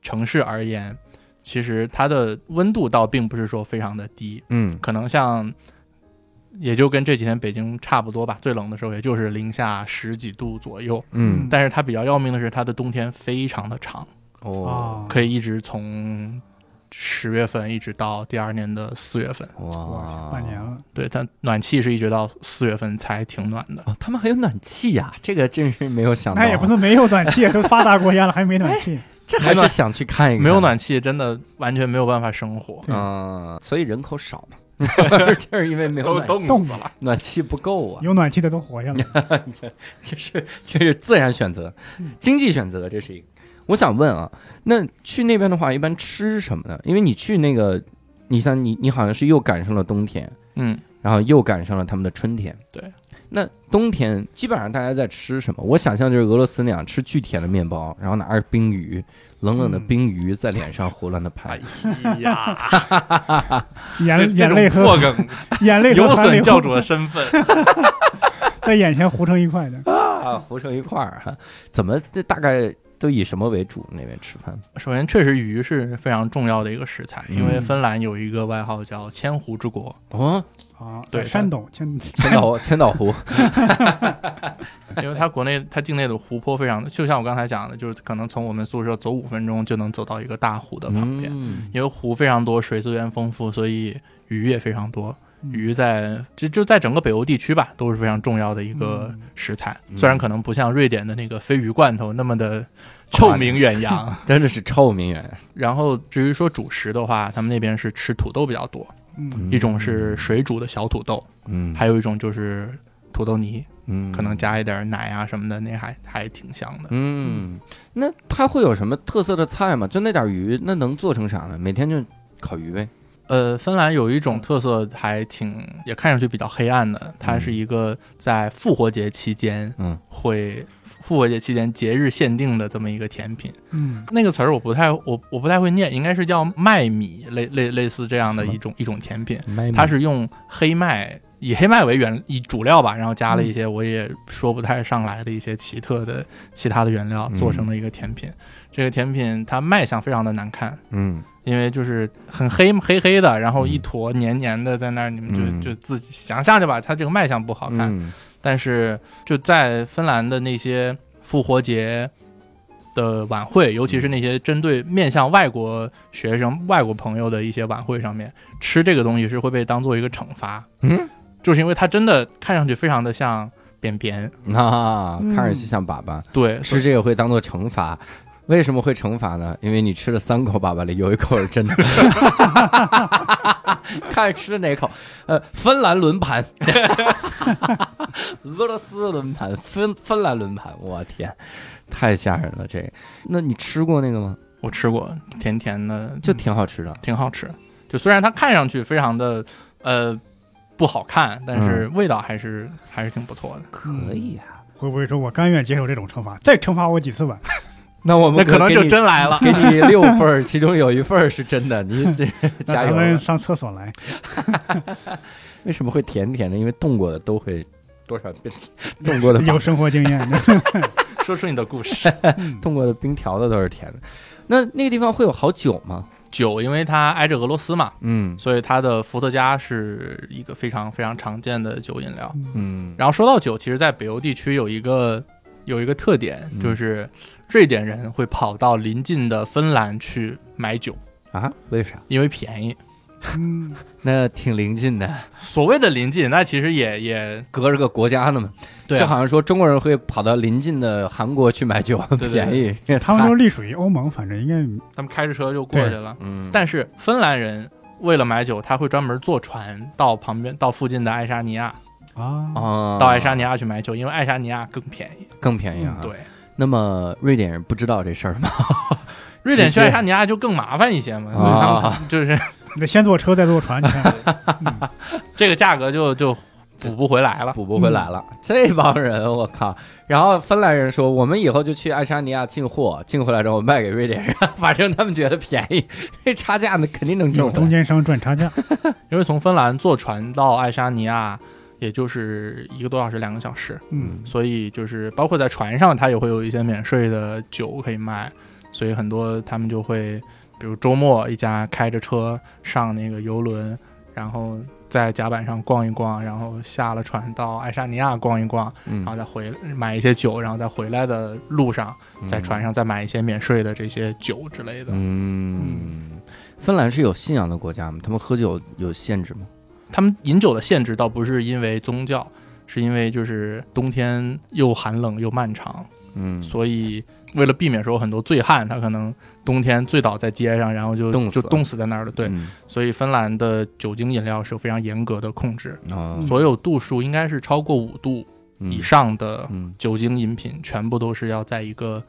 S3: 城市而言，其实它的温度倒并不是说非常的低，
S1: 嗯，
S3: 可能像也就跟这几天北京差不多吧，最冷的时候也就是零下十几度左右。
S1: 嗯，
S3: 但是它比较要命的是，它的冬天非常的长，
S1: 哦，
S2: 啊，
S3: 可以一直从十月份一直到第二年的四月份。
S2: 我
S1: 哇，
S2: 去，半年了。
S3: 对，它暖气是一直到四月份才停暖的。
S1: 哦，他们还有暖气呀、这个真是没有想到啊、
S2: 那也不是没有暖气，都发达国家了还没暖气。
S3: 哎
S1: 这还是想去看一看。
S3: 没有暖气，真的完全没有办法生活。
S2: 对
S1: 嗯、所以人口少嘛，就是因为没有暖气，
S2: 冻死
S3: 了。
S1: 暖气不够啊，
S2: 有暖气的都活下 来。
S1: 这是这是自然选择，经济选择，这是一个。我想问啊，那去那边的话，一般吃什么呢？因为你去那个，你像你你好像是又赶上了冬天，
S3: 嗯，
S1: 然后又赶上了他们的春天。
S3: 对，
S1: 那冬天基本上大家在吃什么？我想象就是俄罗斯那样吃巨甜的面包，然后拿着冰鱼，冷冷的
S2: 嗯
S1: 冰鱼在脸上胡乱的拍。
S3: 呀，这
S2: 眼
S3: 这
S2: 眼泪
S3: 种
S2: 和
S3: 破梗
S2: 眼泪和
S3: 有
S2: 含泪
S3: 损教
S2: 糊
S3: 主的身份。
S2: 在眼前糊成一块 的。
S1: 啊，糊成一块儿哈。怎么这大概都以什么为主？那边吃饭
S3: 首先，确实鱼是非常重要的一个食材，因为
S2: 嗯
S3: 芬兰有一个外号叫“千湖之国
S1: 哦，
S2: 啊，
S3: 对
S2: 山东千
S1: 千岛千岛湖，”，
S3: 因为它国内它境内的湖泊非常，就像我刚才讲的，就是可能从我们宿舍走五分钟就能走到一个大湖的旁边。
S1: 嗯
S3: 因为湖非常多，水资源丰富，所以鱼也非常多。
S2: 嗯
S3: 鱼在就就在整个北欧地区吧，都是非常重要的一个
S2: 嗯
S3: 食材。
S1: 嗯
S3: 虽然可能不像瑞典的那个鲱鱼罐头那么的臭名 远扬，
S1: 真的是臭名远。
S3: 然后至于说主食的话，他们那边是吃土豆比较多，
S2: 嗯，
S3: 一种是水煮的小土豆，
S1: 嗯，
S3: 还有一种就是土豆泥，
S1: 嗯
S3: 可能加一点奶啊什么的，那还还挺香的。
S1: 嗯，那它会有什么特色的菜吗？就那点鱼，那能做成啥呢？每天就烤鱼呗。
S3: 呃，芬兰有一
S1: 嗯
S3: 种特色还挺也看上去比较黑暗的，它是一个在复活节期间
S1: 嗯
S3: 会复活节期间节日限定的这么一个甜品。
S2: 嗯，
S3: 那个词儿我不太我我不太会念，应该是叫麦米，类类类似这样的一种一种甜品。它是用黑麦，以黑麦为原以主料吧，然后加了
S1: 嗯
S3: 一些我也说不太上来的一些奇特的其他的原料，
S1: 嗯
S3: 做成了一个甜品。这个甜品它卖相非常的难看，
S1: 嗯，
S3: 因为就是很黑黑黑的，然后一
S1: 嗯
S3: 坨黏黏的在那儿，你们就、
S1: 嗯
S3: 就自己想象去吧。它这个卖相不好看，
S1: 嗯
S3: 但是就在芬兰的那些复活节。的晚会，
S1: 嗯
S3: 尤其是那些针对面向外国学生、外国朋友的一些晚会上面，吃这个东西是会被当做一个惩罚。
S1: 嗯，
S3: 就是因为它真的看上去非常的像便便。
S1: 啊，
S3: 嗯
S1: 看上去像粑粑，
S3: 对，
S1: 吃
S3: 是
S1: 这个会当做惩罚。为什么会惩罚呢？因为你吃了三口粑粑里有一口是真的， 看吃哪口。呃，芬兰轮盘， 俄罗斯轮盘，芬芬兰轮盘，我天，太吓人了！这个，那你吃过那个吗？
S3: 我吃过，甜甜的，
S1: 就
S3: 嗯
S1: 挺好吃的，
S3: 挺好吃。就虽然它看上去非常的呃不好看，但
S1: 嗯
S3: 是味道还是、还是挺不错的。
S1: 可以啊。
S2: 会不会说我甘愿接受这种惩罚，再惩罚我几次 吧？
S1: 那我们
S3: 那可能
S1: 给
S3: 就
S1: 你。
S3: 真来了
S1: 给你六份儿，其中有一份儿是真的，你 这
S2: 那
S1: 加油
S2: 咱们
S1: 吧！
S2: 上厕所来，
S1: 为什么会甜甜的？因为冻过的都会多少变冻过的
S2: 有生活经验。
S3: 说出你的 故事。
S2: 嗯
S1: 冻过的冰条的都是甜的。那那个地方会有好酒吗？
S3: 酒，因为它挨着俄罗斯嘛，
S1: 嗯
S3: 所以它的伏特加是一个非常非常常见的酒饮料。
S1: 嗯
S3: 然后说到酒，其实，在北欧地区有一个有一个特点
S1: 嗯，
S3: 就是瑞典人会跑到邻近的芬兰去买酒，
S1: 啊？为啥？
S3: 因为便宜。
S2: 嗯，
S1: 那挺临近的，
S3: 所谓的邻近，那其实也也
S1: 隔着个国家呢嘛。
S3: 对
S1: 就
S3: 啊、
S1: 好像说中国人会跑到邻近的韩国去买酒，
S3: 对对
S1: 便宜。
S2: 他们都隶属于欧盟，反正应该
S3: 他们开着车就过去了。
S1: 嗯，
S3: 但是芬兰人为了买酒，他会专门坐船到旁边到附近的爱沙尼亚，哦
S2: 啊，
S1: 啊，
S3: 到爱沙尼亚去买酒，因为爱沙尼亚更便宜。
S1: 更便宜啊。。
S3: 对，
S1: 那么瑞典人不知道这事儿吗？
S3: 瑞典去
S1: 直接
S3: 爱沙尼亚就更麻烦一些嘛，所以他
S1: 啊
S3: 们就是
S2: 你得先坐车再坐船，你看，
S3: 这个价格就就补不回来了。
S1: 补不回来了。这帮人，我靠！然后芬兰人说，我们以后就去爱沙尼亚进货，进回来之后卖给瑞典人， 反正他们觉得便宜，这差价呢肯定
S3: 嗯
S1: 能挣
S2: 有
S1: 回
S2: 中
S1: 来。
S2: 间商赚差 价。
S3: 因为从芬兰坐船到爱沙尼亚，也就是一个多小时、两个小时，
S2: 嗯，
S3: 所以就是包括在船上，它也会有一些免税的酒可以卖，所以很多他们就会，比如周末一家开着车上那个游轮，然后在甲板上逛一逛，然后下了船到爱沙尼亚逛一逛，
S1: 嗯
S3: 然后再回买一些酒，然后再回来的路上，在船上再买一些免税的这些酒之类的。
S1: 嗯，芬兰是有信仰的国家吗？他们喝酒有限制吗？
S3: 他们饮酒的限制倒不是因为宗教，是因为就是冬天又寒冷又漫长，
S1: 嗯，
S3: 所以为了避免说有很多醉汉，他可能冬天醉倒在街上，然后就
S1: 冻死
S3: 就
S1: 了
S3: 冻死在那儿了。对，
S1: 嗯
S3: 所以芬兰的酒精饮料是有非常严格的控制，
S1: 啊，
S3: 所有度数应该是超过五度
S1: 嗯
S3: 以上的
S1: 嗯
S3: 酒精饮品，全部都是要在一个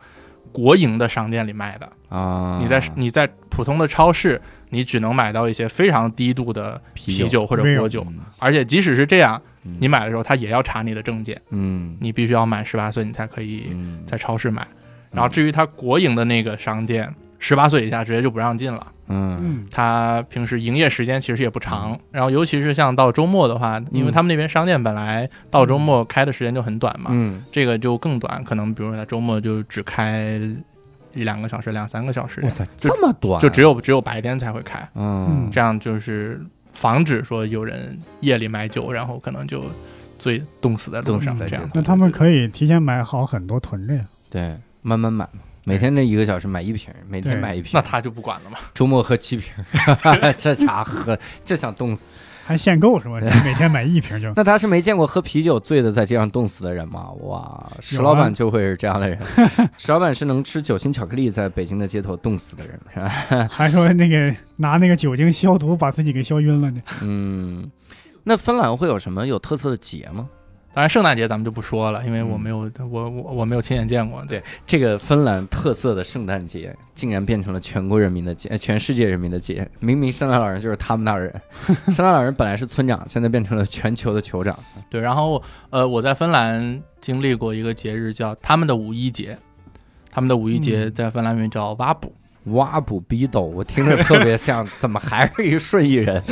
S3: 国营的商店里卖的。
S1: 啊，
S3: 你在你在普通的超市，你只能买到一些非常低度的
S1: 啤
S3: 啤酒或者果酒。
S1: 嗯
S3: 而且即使是这样，
S1: 嗯
S3: 你买的时候他也要查你的证件，
S1: 嗯
S3: 你必须要满十八岁你才可以
S1: 嗯
S3: 在超市买。然后至于他国营的那个商店，十八岁以下直接就不让进了。
S1: 嗯
S2: 嗯，
S3: 他平时营业时间其实也不长，然后尤其是像到周末的话，因
S1: 嗯
S3: 为他们那边商店本来到周末开的时间就很短嘛，
S1: 嗯
S3: 这个就更短，可能比如说在周末就只开一两个小时、两三个小时
S1: 哇，塞，这么短啊，
S3: 就只有只有白天才会开，
S1: 嗯
S2: 嗯
S3: 这样就是防止说有人夜里买酒，然后可能就醉冻死在路
S1: 冻死
S3: 上
S1: 在
S3: 这
S1: 街
S3: 样
S1: 上。
S2: 那他们可以提前买好很多囤着呀。
S1: 对，慢慢买嘛。每天这一个小时买一瓶，每天
S2: 对
S1: 买一瓶，
S3: 那他就不管了嘛，
S1: 周末喝七瓶， 这茶喝就想冻死。。
S2: 还限购是吧？每天买一瓶就
S1: 那他是没见过喝啤酒醉的在街上冻死的人吗？哇，石老
S3: 啊
S1: 板就会是这样的 人。石老板是能吃酒心巧克力在北京的街头冻死的人，是吧？
S2: 还说那个拿那个酒精消毒，把自己给消晕了呢。
S1: 嗯，那芬兰会有什么有特色的节吗？
S3: 当然，圣诞节咱们就不说了，因为我
S1: 嗯
S3: 没有，我我我没有亲眼见过。
S1: 对这个芬兰特色的圣诞节竟然变成了全国人民的节，呃全世界人民的节。明明圣诞老人就是他们那儿 人，圣诞老人本来是村长，现在变成了全球的酋长。
S3: 对，然后呃，我在芬兰经历过一个节日叫他们的五一节，他们的五一节
S2: 嗯
S3: 在芬兰语叫挖补。
S1: 挖补逼斗，我听着特别 像，怎么还是一顺义人？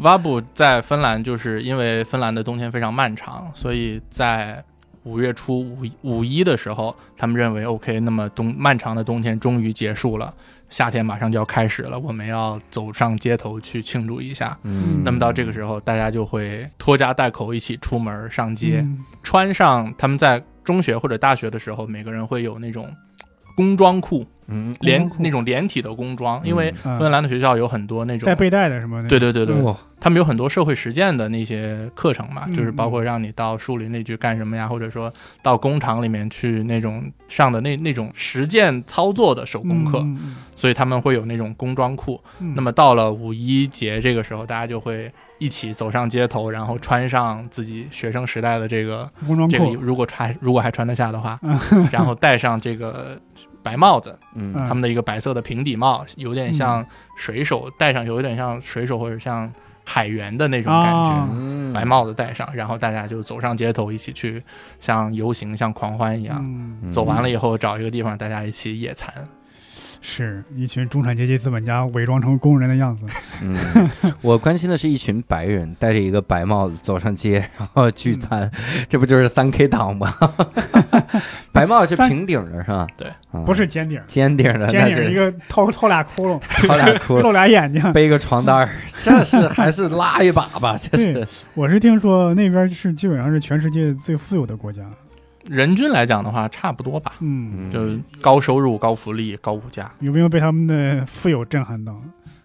S3: 挖补在芬兰就是因为芬兰的冬天非常漫长，所以在五月初五一五一的时候，他们认为 OK，那么冬漫长的冬天终于结束了，夏天马上就要开始了，我们要走上街头去庆祝一下。
S1: 嗯
S3: 那么到这个时候，大家就会拖家带口一起出门上街，
S2: 嗯
S3: 穿上他们在中学或者大学的时候，每个人会有那种工装裤，
S1: 嗯，
S3: 连
S2: 工装裤
S3: 那种连体的工装，因为
S2: 嗯
S3: 芬兰的学校有很多那种
S2: 带背带的什么的，
S3: 对对对对，
S1: 哇，
S3: 他们有很多社会实践的那些课程嘛，
S2: 嗯
S3: 就是包括让你到树林里去干什么呀，或者说到工厂里面去那种上的那那种实践操作的手
S2: 嗯，
S3: 工课，
S2: 嗯嗯
S3: 所以他们会有那种工装裤。
S2: 嗯
S3: 那么到了五一节这个时候，大家就会一起走上街头，然后穿上自己学生时代的这个
S2: 工装
S3: 这个，
S2: 裤，
S3: 如果穿如果还穿得下的话
S2: 嗯，
S3: 然后戴上这个白帽子，
S1: 嗯
S2: 嗯
S3: 他们的一个白色的平底帽，有点像水手戴上，有点像水手或者像海员的那种感觉。
S2: 啊
S1: 嗯
S3: 白帽子戴上，然后大家就走上街头，一起去像游行、像狂欢一样。
S2: 嗯，
S1: 嗯
S3: 啊走完了以后，找一个地方，大家一起野餐。
S2: 嗯是一群中产阶级资本家伪装成工人的 样子，
S1: 嗯， 我关心的是一群白人戴着一个白帽子走上街， 然后聚餐，
S2: 嗯
S1: 这不就是三 K 党吗？ 白帽是
S2: 三
S1: 平顶的是吧？
S3: 对
S1: 嗯，
S2: 不是尖顶 儿，
S1: 尖顶的，
S2: 尖
S1: 那
S2: 顶儿一
S1: 是
S2: 个掏 掏俩窟窿，
S1: 掏俩裤，
S2: 露俩眼睛。
S1: 背个床 单儿，这是还是拉一把吧，这是
S2: 对。我是听说那边是基本上是全世界最富有的国家，
S3: 人均来讲的话，差不多吧，
S2: 嗯，
S1: 嗯
S3: 就高收入、高福利、高物价。
S2: 有没有被他们的富有震撼到？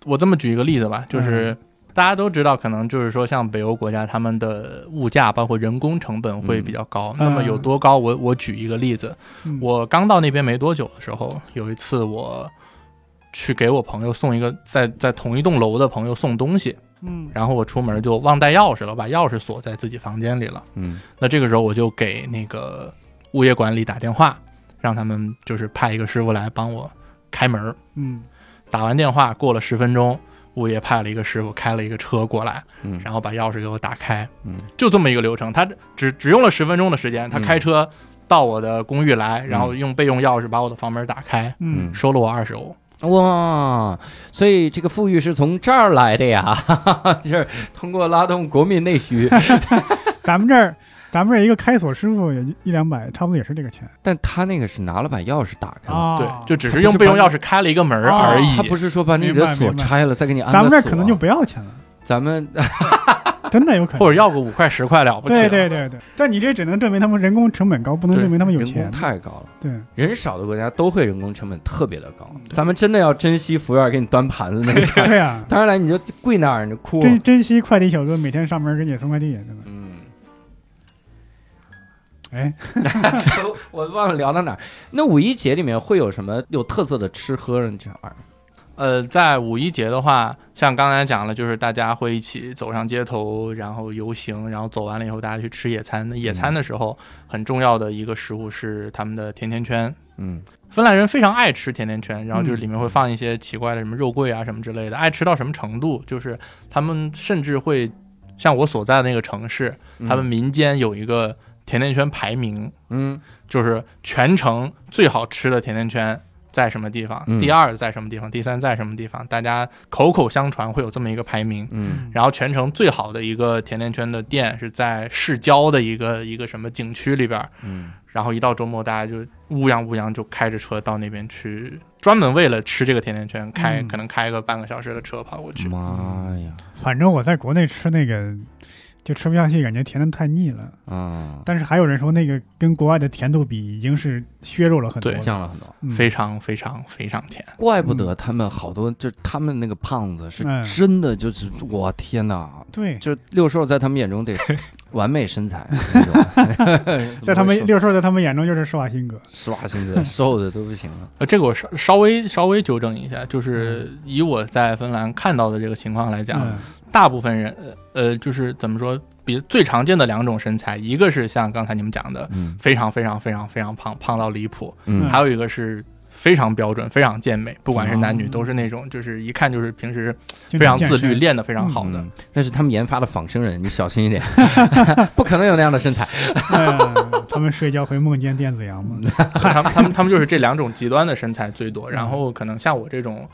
S3: 我这么举一个例子
S2: 嗯
S3: 吧，就是大家都知道，可能就是说像北欧国家，他们的物价包括人工成本会比较高。
S2: 嗯
S3: 那么有多高？我我举一个例子，
S2: 嗯
S3: 我刚到那边没多久的时候，有一次我去给我朋友送一个在在同一栋楼的朋友送东西，
S2: 嗯
S3: 然后我出门就忘带钥匙了，把钥匙锁在自己房间里了。
S1: 嗯
S3: 那这个时候我就给那个物业管理打电话，让他们就是派一个师傅来帮我开门儿。
S2: 嗯
S3: 打完电话过了十分钟，物业派了一个师傅开了一个车过来，
S1: 嗯
S3: 然后把钥匙给我打开，
S1: 嗯
S3: 就这么一个流程。他只只用了十分钟的时间，他
S1: 嗯
S3: 开车到我的公寓来，然后用备用钥匙把我的房门打开，
S2: 嗯，
S3: 收了我二十欧。
S1: 哇，所以这个富裕是从这儿来的呀， 就是通过拉动国民内 需。
S2: 咱们这儿 咱们这儿一个开锁师傅也就一两百，差不多也是这个钱
S1: 但他那个是拿了把钥匙打开了，
S2: 啊
S3: 对，就只
S1: 他不
S3: 是用
S1: 是
S3: 备用
S1: 把
S3: 钥匙开了一个门
S2: 哦
S3: 而已。
S1: 啊他不是说把你
S2: 明白
S1: 的锁
S2: 明白
S1: 拆了再给你安
S2: 咱
S1: 个
S2: 们
S1: 锁
S2: 这
S1: 啊，
S2: 儿可能就不要钱了，
S1: 咱们
S2: 真的有可能。
S3: 或者要个五块十块了不起了
S2: 对对对对，但你这只能证明他们人工成本高，不能
S3: 对
S2: 证明他们有
S1: 人
S2: 钱
S1: 工。太高了。
S2: 对，
S1: 人少的国家都会人工成本特别的高，
S2: 嗯
S1: 咱们真的要珍惜服务员给你端盘子那 个
S2: 对 呀，
S1: 当然了，你就跪那儿你就哭。
S2: 珍珍惜快递小哥每天上门给你送快递，对吧？
S1: 嗯，
S2: 哎，
S1: 我 我忘了聊到哪儿。那五一节里面会有什么有特色的吃喝呢？这玩意儿？
S3: 呃，在五一节的话，像刚才讲了，就是大家会一起走上街头，然后游行，然后走完了以后，大家去吃野餐。那野餐的时候，很重要的一个食物是他们的甜甜圈。
S1: 嗯
S3: 芬兰人非常爱吃甜甜圈，然后就
S2: 嗯
S3: 是里面会放一些奇怪的什么肉桂啊什么之类的，爱吃到什么程度，就是他们甚至会像我所在的那个城市，他们民间有一个甜甜圈排名，
S1: 嗯
S3: 就是全城最好吃的甜甜圈在什么地方，
S1: 嗯
S3: 第二在什么地方，第三在什么地方，大家口口相传会有这么一个排名。
S1: 嗯
S3: 然后全城最好的一个甜甜圈的店是在市郊的一个一个什么景区里边儿，
S1: 嗯
S3: 然后一到周末大家就乌泱乌泱就开着车到那边去，专门为了吃这个甜甜圈开，
S2: 嗯
S3: 可能开个半个小时的车跑过去。
S1: 嗯妈呀
S2: 反正我在国内吃那个就吃不下去，感觉甜的太腻了。
S1: 啊，
S2: 但是还有人说，那个跟国外的甜度比，已经是削弱了很多
S3: 对
S2: 了。
S1: 降了很多。
S2: 嗯
S3: 非常非常非常甜，
S1: 怪不得他们好多，就是他们那个胖子是
S2: 嗯
S1: 真的，就是我天哪，
S2: 对，
S1: 就六兽在他们眼中 得完美身材那种，
S2: 在他们
S1: 六
S2: 六兽在他们眼中就是施瓦辛格。
S1: 刷新的瘦的都不行 了。
S3: 呃，这个我稍稍微稍微纠正一下，就是以我在芬兰看到的这个情况来讲，
S2: 嗯
S3: 大部分人，呃，呃，就是怎么说，比最常见的两种身材，一个是像刚才你们讲的，
S1: 嗯
S3: 非常非常非常非常胖，胖到离谱；
S1: 嗯
S3: 还有一个是非常标准，非常健美，不管是男女
S2: 哦
S3: 都是那种，就是一看就是平时
S2: 经
S3: 非常
S2: 常
S3: 自
S2: 健
S3: 律，
S2: 身，
S3: 练得非常好的
S1: 嗯。，那是他们研发的仿生人，你小心一 点，不可能有那样的身材。
S2: 嗯他们睡觉会梦见电子羊吗？
S1: 嗯
S3: 他们他们他们就是这两种极端的身材最多，然后可能像我这种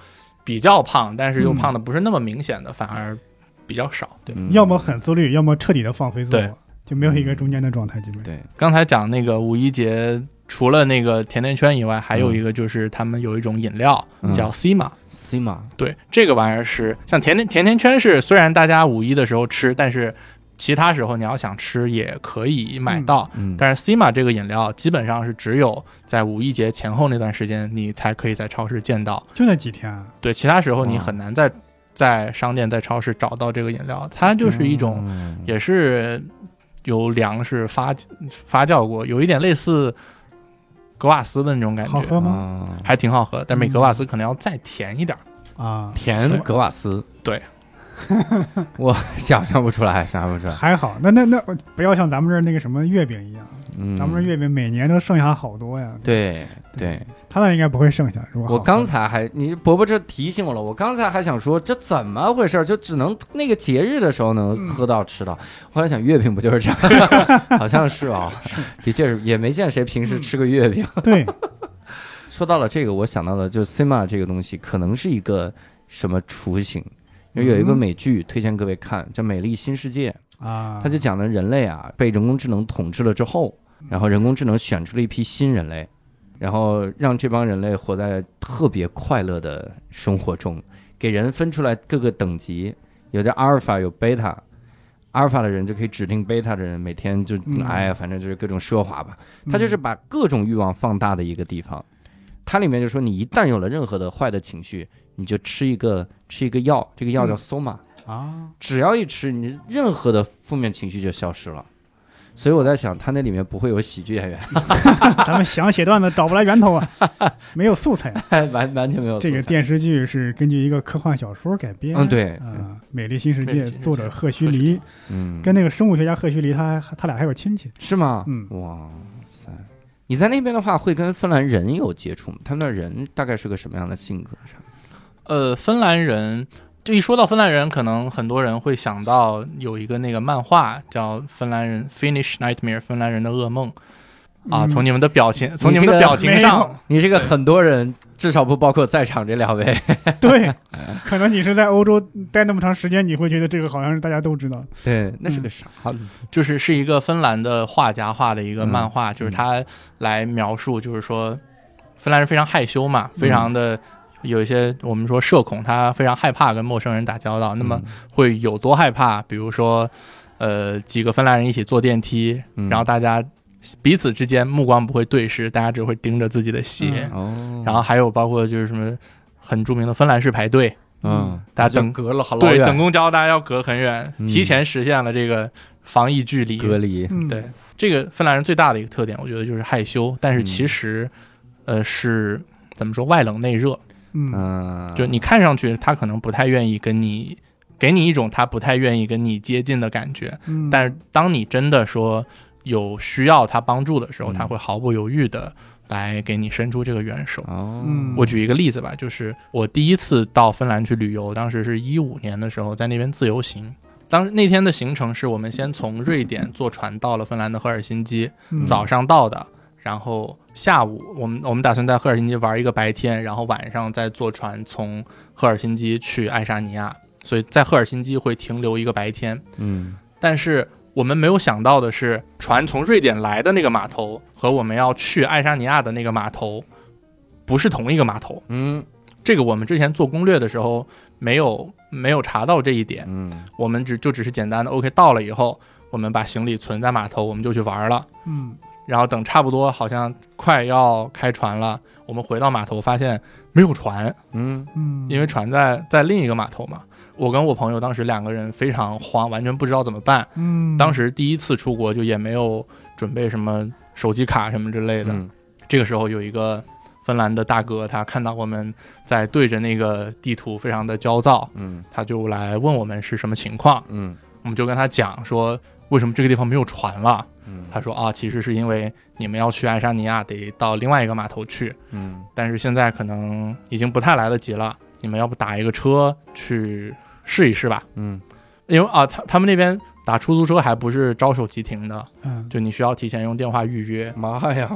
S3: 比较胖，但是又胖的不是那么明显的，反而比较少。对。
S1: 嗯
S2: 要么很自律，要么彻底的放飞自
S3: 对
S2: 我，就没有一个中间的状态，基本。
S1: 对，
S3: 刚才讲那个五一节，除了那个甜甜圈以外，还有一个就是他们有一种饮料、
S1: 嗯
S3: 叫 Sima。
S1: 西马
S3: 对，这个玩意儿是像甜甜甜甜圈是，虽然大家五一的时候吃，但是其他时候你要想吃也可以买到，
S1: 嗯，
S3: 但是 Sima 这个饮料基本上是只有在五一节前后那段时间你才可以在超市见到，
S2: 就那几天啊，
S3: 对，其他时候你
S1: 哇
S3: 很难在在商店、在超市找到这个饮料，它就是一种
S1: 嗯
S3: 也是由粮食发发酵过，有一点类似格瓦斯的那种感
S2: 好
S3: 觉，
S2: 喝吗？
S1: 啊
S3: 还挺好喝，但比格瓦斯可能要再甜一点儿。
S2: 啊，
S1: 甜
S3: 对
S1: 格瓦斯，
S3: 对，
S1: 我想象不出来，想象不出来。
S2: 还好，那那那不要像咱们这儿那个什么月饼一样，
S1: 嗯，
S2: 咱们这儿月饼每年都剩下好多呀。，
S1: 对对，
S2: 他那应该不会剩下。如果好
S1: 我
S2: 喝
S1: 刚才还你伯伯这提醒我了，我刚才还想说这怎么回事儿，就只能那个节日的时候能
S2: 嗯
S1: 喝到吃到。后来想月饼不就是这 样，好像是啊，的确是也没见谁平时吃个月饼。
S2: 对，
S1: 说到了这个，我想到了就是 Sima 这个东西可能是一个什么雏形，因为有一个
S2: 嗯
S1: 美剧推荐各位看，叫《美丽新世界》。
S2: 啊，
S1: 他就讲了人类啊被人工智能统治了之后，然后人工智能选出了一批新人类，然后让这帮人类活在特别快乐的生活中，给人分出来各个等级，有的阿尔法，有贝塔。阿尔法的人就可以指定贝塔的人每天就
S2: 嗯
S1: 哎呀，反正就是各种奢华吧。
S2: 嗯
S1: 他就是把各种欲望放大的一个地方。它里面就说，你一旦有了任何的坏的情绪，你就吃一个吃一个药，这个药叫
S2: 嗯
S1: soma，、
S2: 啊，
S1: 只要一吃，你任何的负面情绪就消失了。所以我在想，他那里面不会有喜剧演员，
S2: 啊咱们想写段子找不来源头啊，没有素材啊。
S1: 完完全没有
S2: 这个
S1: 素材
S2: 电视剧是根据一个科幻小说改编。
S1: 呃嗯对
S2: 啊，《美丽新世界
S3: 美丽新世》界
S2: 作者赫胥
S3: 赫胥
S2: 黎
S3: 黎
S1: 嗯，
S2: 跟那个生物学家赫胥黎，他他俩还有 亲戚。
S1: 是吗？
S2: 嗯
S1: 哇塞！你在那边的话，会跟芬兰人有接触吗？他们那人大概是个什么样的性格？啥？
S3: 呃，芬兰人就一说到芬兰人，可能很多人会想到有一个那个漫画叫《芬兰人 Finnish Nightmare》，芬兰人的噩梦啊。
S2: 嗯
S3: 从你们的表情，从
S1: 你
S3: 你们
S1: 这
S3: 的
S1: 个
S3: 表情
S2: 没
S3: 上
S2: 有，
S1: 你这个很多人，至少不包括在场这两 位。
S2: 对，可能你是在欧洲待那么长时间，你会觉得这个好像是大家都知道。
S1: 对，那是个啥？
S3: 就是是一个芬兰的画家画的一个漫画，就是
S1: 嗯
S3: 他来描述，就是说芬兰人非常害羞嘛，非
S1: 嗯
S3: 常的有一些我们说社恐，他非常害怕跟陌生人打交道。那
S1: 嗯
S3: 么会有多害怕？比如说，呃，几个芬兰人一起坐电梯，
S1: 嗯
S3: 然后大家彼此之间目光不会对视，大家只会盯着自己的鞋。
S1: 哦，
S3: 然后还有包括就是什么很著名的芬兰式排队，
S1: 嗯，
S3: 大家
S1: 就
S3: 等
S1: 隔了好老
S3: 对，
S1: 远
S3: 等公交大家要隔很远，
S1: 嗯
S3: 提前实现了这个防疫距离。
S1: 隔离，
S2: 嗯，
S3: 对，这个芬兰人最大的一个特点，我觉得就是害羞，但是其实，
S1: 嗯
S3: 呃，是怎么说外冷内热，
S1: 啊
S2: 嗯，
S1: 嗯，
S3: 就你看上去他可能不太愿意跟你，给你一种他不太愿意跟你接近的感觉，
S2: 嗯
S3: 但是当你真的说有需要他帮助的时候，
S1: 嗯
S3: 他会毫不犹豫的来给你伸出这个援手。
S1: 哦，
S2: 嗯
S3: 我举一个例子吧，就是我第一次到芬兰去旅游，当时是一五年的时候，在那边自由行。当那天的行程是我们先从瑞典坐船到了芬兰的赫尔辛基，
S2: 嗯
S3: 早上到的，然后下午我们我们打算在赫尔辛基玩一个白天，然后晚上再坐船从赫尔辛基去爱沙尼亚，所以在赫尔辛基会停留一个白天。
S1: 嗯，
S3: 但是我们没有想到的是，船从瑞典来的那个码头和我们要去爱沙尼亚的那个码头不是同一个码头。
S1: 嗯
S3: 这个我们之前做攻略的时候没有没有查到这一点，
S1: 嗯
S3: 我们只就只是简单的 OK 到了以后，我们把行李存在码头，我们就去玩了。
S2: 嗯
S3: 然后等差不多好像快要开船了，我们回到码头发现没有船，
S1: 嗯
S2: 嗯，
S3: 因为船在在另一个码头嘛。我跟我朋友当时两个人非常慌，完全不知道怎么办。
S2: 嗯
S3: 当时第一次出国就也没有准备什么手机卡什么之类的。
S1: 嗯
S3: 这个时候有一个芬兰的大哥，他看到我们在对着那个地图非常的焦躁，
S1: 嗯
S3: 他就来问我们是什么情况，
S1: 嗯
S3: 我们就跟他讲说为什么这个地方没有船了。
S1: 嗯，
S3: 他说啊，其实是因为你们要去爱沙尼亚，得到另外一个码头去，
S1: 嗯
S3: 但是现在可能已经不太来得及了，你们要不打一个车去试一试吧？
S1: 嗯
S3: 因为啊，他他们那边打出租车还不是招手即停的，
S2: 嗯
S3: 就你需要提前用电话预约。
S1: 妈呀！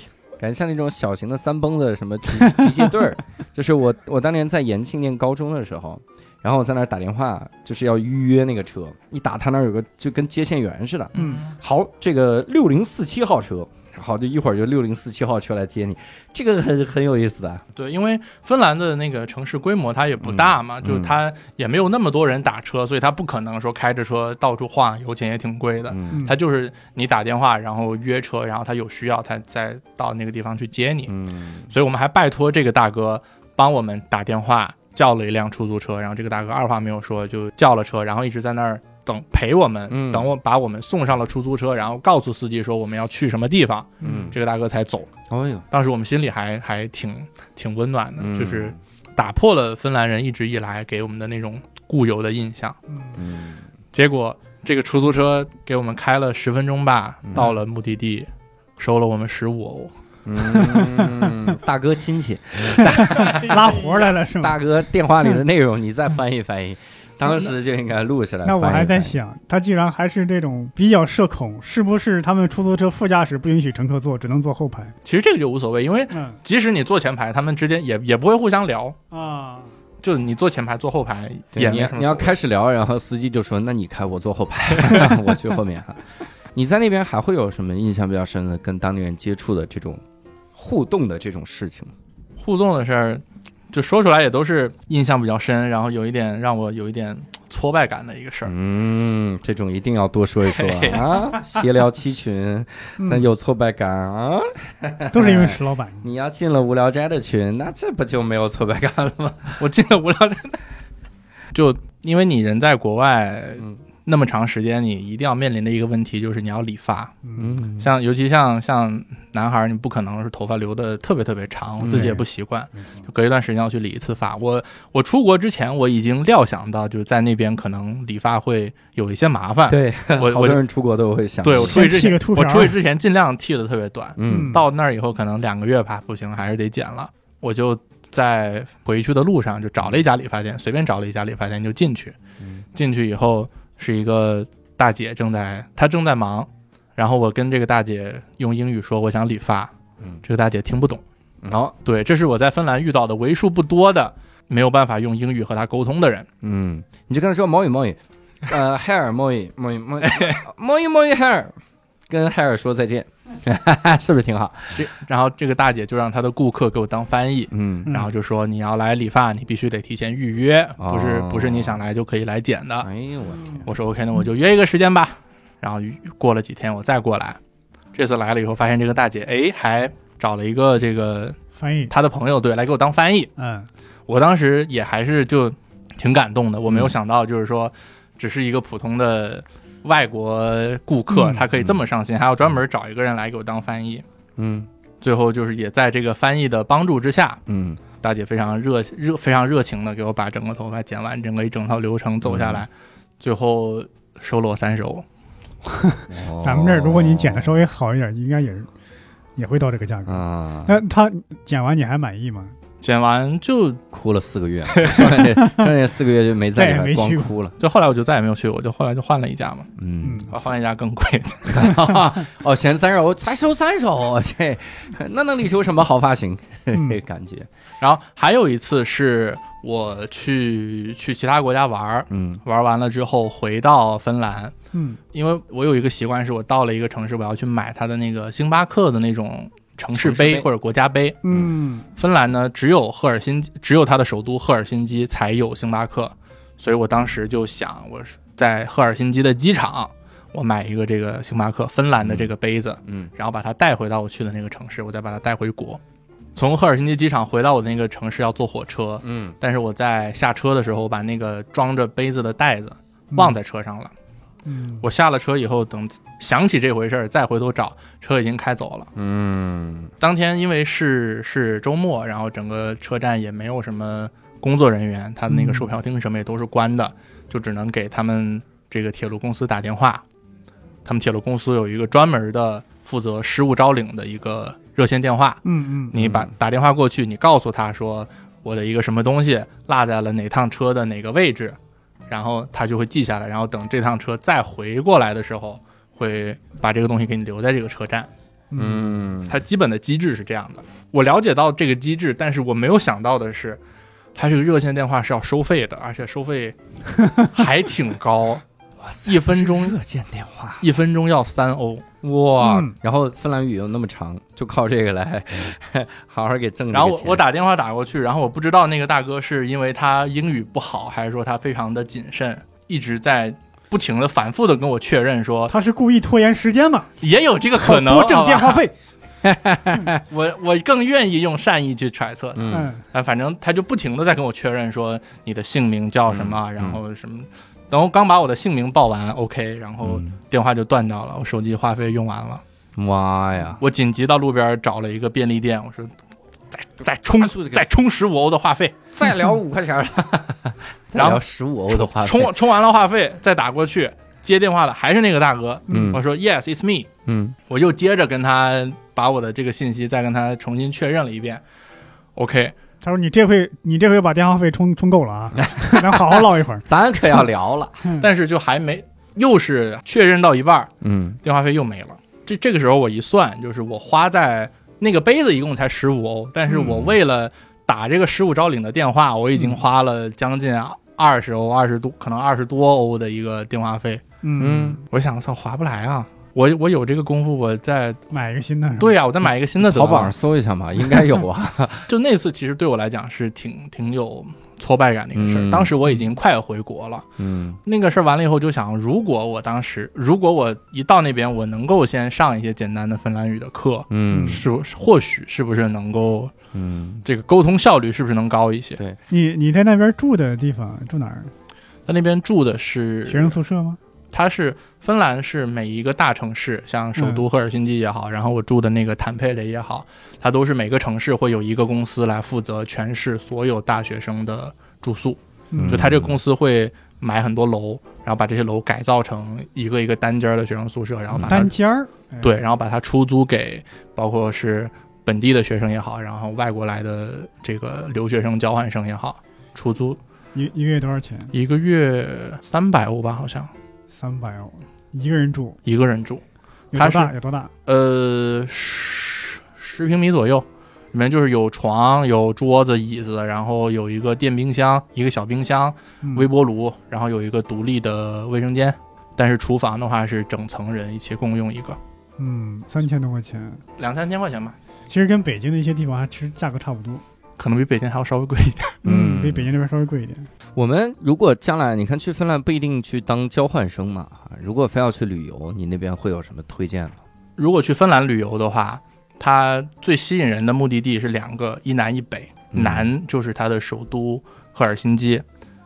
S1: 感觉像那种小型的三蹦子什么集集气 队儿，就是我我当年在延庆念高中的时候，然后我在那儿打电话，就是要预约那个车，一打他那儿有个就跟接线员似的，
S2: 嗯
S1: 好，这个六零四七号车，好，就一会儿就六零四七号车来接你，这个很很有意思的。
S3: 对，因为芬兰的那个城市规模它也不大嘛，
S1: 嗯
S3: 就它也没有那么多人打车，所以它不可能说开着车到处晃，油钱也挺贵的。
S1: 嗯
S3: 它就是你打电话，然后约车，然后他有需要，他再到那个地方去接你。
S1: 嗯，
S3: 所以我们还拜托这个大哥帮我们打电话叫了一辆出租车，然后这个大哥二话没有说就叫了车，然后一直在那儿等陪我们，
S1: 嗯
S3: 等我把我们送上了出租车，然后告诉司机说我们要去什么地方，
S1: 嗯
S3: 这个大哥才走。
S1: 哎呦，
S3: 当时我们心里还还挺挺温暖的，
S1: 嗯
S3: 就是打破了芬兰人一直以来给我们的那种固有的印象。
S1: 嗯，
S3: 结果这个出租车给我们开了十分钟吧
S1: 嗯，
S3: 到了目的地，收了我们十五欧。
S1: 嗯，大哥亲戚，
S2: 嗯拉活儿来了是吗？
S1: 大哥电话里的内容你再翻译翻译，当时就应该录下来。
S2: 嗯那我
S1: 翻译
S2: 还在
S1: 翻译，
S2: 想，他居然还是这种比较社恐，是不是他们出租车副驾驶不允许乘客坐，只能坐后排？
S3: 其实这个就无所谓，因为
S2: 嗯
S3: 即使你坐前排，他们之间也也不会互相聊，
S2: 啊，
S3: 就你坐前排坐后排
S1: 对
S3: 也
S1: 你
S3: 没
S1: 要
S3: 什么
S1: 你要
S3: 所谓
S1: 开始聊，然后司机就说：“那你开，我坐后 排，我去后面哈。”啊你在那边还会有什么印象比较深的跟当地人接触的这种互动的这种事情吗？
S3: 互动的事儿，就说出来也都是印象比较深，然后有一点让我有一点挫败感的一个事儿。
S1: 嗯，这种一定要多说一 说啊！啊闲聊七群，那
S2: 嗯，
S1: 有挫败感啊！
S2: 都是因为石老板。
S1: 你要进了无聊斋的群，那这不就没有挫败感了吗？
S3: 我进了无聊斋， 就因为你人在国外
S1: 嗯
S3: 那么长时间，你一定要面临的一个问题就是你要理发。
S2: 嗯
S1: 嗯，
S3: 像尤其像像男孩儿，你不可能是头发留的特别特别长，我自己也
S2: 嗯
S3: 不习惯，
S2: 没错
S3: 就隔一段时间要去理一次发。我我出国之前，我已经料想到就是在那边可能理发会有一些麻烦。
S1: 对，
S3: 我
S1: 好
S3: 我
S1: 多
S3: 就
S1: 人出国都会想，
S3: 对我出去
S2: 先
S3: 之
S2: 剃个
S3: 前
S2: 秃，瓢
S3: 我出去之前尽量剃的特别短，
S1: 嗯
S2: 嗯
S3: 到那儿以后可能两个月吧，不行还是得剪了。我就在回去的路上就找了一家理发店，随便找了一家理发店就进去。
S1: 嗯
S3: 进去以后是一个大姐正在她正在忙，然后我跟这个大姐用英语说我想理发，
S1: 嗯，
S3: 这个大姐听不懂。
S2: 嗯
S1: 好、
S3: 对，这是我在芬兰遇到的为数不多的没有办法用英语和她沟通的人。
S1: 嗯，你就跟他说毛语 毛语，呃，hair 毛语毛语毛语 毛语毛语 hair，跟 hair 说再见， 是不是挺好？
S3: 这然后这个大姐就让她的顾客给我当翻译。
S1: 嗯
S2: 嗯
S3: 然后就说你要来理发，你必须得提前预约，
S1: 哦
S3: 不是不是你想来就可以来剪的。
S1: 哎呦我
S2: 嗯
S1: 天，
S3: 我说 OK，那我就约一个时间吧。然后过了几天我再过来，这次来了以后发现这个大姐哎还找了一个这个
S2: 翻译，
S3: 她的朋友对来给我当翻译，
S2: 嗯，
S3: 我当时也还是就挺感动的，我没有
S1: 嗯
S3: 想到就是说只是一个普通的。外国顾客
S2: 嗯
S3: 他可以这么上心，还要专门找一个人来给我当翻译。
S1: 嗯
S3: 最后就是也在这个翻译的帮助之下，
S1: 嗯，
S3: 大姐非常热热非常热情的给我把整个头发剪完，整个一整套流程走
S2: 嗯
S3: 下来，最后收了我三十欧。哦
S2: 咱们这儿如果你剪的稍
S1: 候
S2: 微好一点，应该也是也会到这个价
S3: 嗯
S2: 格。
S1: 啊，
S2: 那他剪完你还满意吗？
S3: 剪完就
S1: 哭了四个 月，剩下剩下四个月就没在
S2: 再也
S1: 里面
S2: 没
S1: 光
S2: 去过
S1: 哭了，
S3: 就后来我就再也没有去，我就后来就换了一家嘛，
S1: 嗯
S2: 嗯，，
S3: 我换了一家更贵。
S1: 哦，嫌三首才收三首，这那能理出什么好发型？
S2: 嗯
S1: 这 感觉，
S3: 然后还有一次是我去去其他国家玩儿，
S1: 嗯
S3: 玩完了之后回到芬兰，
S2: 嗯，
S3: 因为我有一个习惯是我到了一个城市，我要去买它的那个星巴克的那种城市
S1: 城市杯
S3: 杯或者国家杯。
S2: 嗯，
S3: 芬兰呢，只有赫尔辛基，只有它的首都赫尔辛基才有星巴克，所以我当时就想，我是在赫尔辛基的机场，我买一个这个星巴克芬兰的这个杯子，
S1: 嗯
S3: 然后把它带回到我去的那个城市，我再把它带回国。从赫尔辛基机场回到我的那个城市要坐火车，
S1: 嗯，
S3: 但是我在下车的时候，我把那个装着杯子的袋子忘在车上了。
S2: 嗯，
S3: 我下了车以后，等想起这回事儿，再回头找，车已经开走了。
S1: 嗯
S3: 当天因为是是周末，然后整个车站也没有什么工作人员，他的那个
S2: 嗯
S3: 售票厅什么也都是关的，就只能给他们这个铁路公司打电话。他们铁路公司有一个专门的负责失物招领的一个热线电话，
S2: 嗯嗯
S3: 你把
S1: 嗯
S3: 打电话过去，你告诉他说我的一个什么东西落在了哪趟车的哪个位置，然后他就会记下来，然后等这趟车再回过来的时候，会把这个东西给你留在这个车站。
S2: 嗯
S1: 嗯，
S3: 它基本的机制是这样的。我了解到这个机制，但是我没有想到的是，它这个热线电话是要收费的，而且收费还挺高。
S1: 塞
S3: 一分钟
S1: 这是热线电话，
S3: 一分钟要三欧。
S1: 哇
S2: 嗯！
S1: 然后芬兰语又那么长，就靠这个来 好好给挣这个钱。
S3: 然后我我打电话打过去，然后我不知道那个大哥是因为他英语不好，还是说他非常的谨慎，一直在不停的反复的跟我确认说
S2: 他是故意拖延时间嘛？
S3: 也有这个可能。啊
S2: 多挣电话
S3: 好吧
S2: 费。
S3: 我我更愿意用善意去揣测。
S1: 嗯
S2: 嗯，
S3: 啊，反正他就不停的在跟我确认说你的姓名叫什么，
S1: 嗯
S3: 然后什么。然后刚把我的姓名报完，OK，然
S1: 嗯
S3: 后电话就断掉了，我手机话费用完了，
S1: 妈呀！
S3: 我紧急到路边找了一个便利店，我说再再充
S1: 速地给
S3: 再充十五欧的话费，
S1: 再 聊五块钱儿了，再
S3: 然后
S1: 聊十五欧的话费，
S3: 充充完了话费再打过去接电话的还是那个大哥，
S1: 嗯
S3: 我说 Yes，it's me，
S1: 嗯
S3: 我又接着跟他把我的这个信息再跟他重新确认了一遍，OK，
S2: 他说你这回你这回把电话费充充够了 啊，咱好好唠一会儿。
S1: 咱可要聊了。
S3: 但是就还没又是确认到一半儿，
S1: 嗯
S3: 电话费又没了。这这个时候我一算，就是我花在那个杯子一共才十五欧，但是
S1: 嗯
S3: 我为了打这个十五招领的电话，我已经花了将近二十欧、二十多，可能二十多欧的一个电话费。
S2: 嗯，，
S3: 我想，操，划不来啊！我我有这个功夫，我再
S2: 买一个新的。，
S3: 对呀、我再买一个新的得
S1: 嗯淘
S3: 了
S1: 宝上搜一下嘛，应该有 啊。
S3: 就那次，其实对我来讲是挺挺有挫败感的一个事儿。
S1: 嗯
S3: 当时我已经快回国了，
S1: 嗯
S3: 那个事儿完了以后，就想，如果我当时，如果我一到那边，我能够先上一些简单的芬兰语的课，
S1: 嗯
S3: 是不是或许是不是能够
S1: 嗯，
S3: 这个沟通效率是不是能高一些？
S2: 你你在那边住的地方住哪儿？
S3: 他那边住的
S2: 学
S3: 是，
S2: 生宿舍吗？
S3: 他是芬兰是每一个大城市，像首都赫尔辛基也好，然后我住的那个坦佩雷也好，它都是每个城市会有一个公司来负责全市所有大学生的住宿，
S1: 嗯
S3: 就他这个公司会买很多楼，然后把这些楼改造成一个一个单间儿的学生宿舍，然后把它
S2: 单间儿。哎
S3: 对，，然后把它出租给包括是本地的学生也好，然后外国来的这个留学生、交换生也好，出租
S2: 一一个月多少钱？
S3: 一个月三百欧吧，好像
S2: 三百欧，一个人住
S3: 一个人住，
S2: 有
S3: 他
S2: 多
S3: 是
S2: 大？有多大？
S3: 呃，十十平米左右，里面就是有床、有桌子、椅子，然后有一个电冰箱、一个小冰箱、
S2: 嗯
S3: 微波炉，然后有一个独立的卫生间，但是厨房的话是整层人一起共用一个，
S2: 嗯，三千多块钱，
S3: 两三千块钱吧，
S2: 其实跟北京的一些地方还其实价格差不多，
S3: 可能比北京还要稍微贵一点。
S1: 嗯
S2: 比北京这边稍微贵一点。
S1: 我们如果将来你看去芬兰不一定去当交换生嘛，啊如果非要去旅游，你那边会有什么推荐吗？
S3: 如果去芬兰旅游的话，它最吸引人的目的地是两个，一南一北。
S1: 嗯
S3: 南就是它的首都赫尔辛基，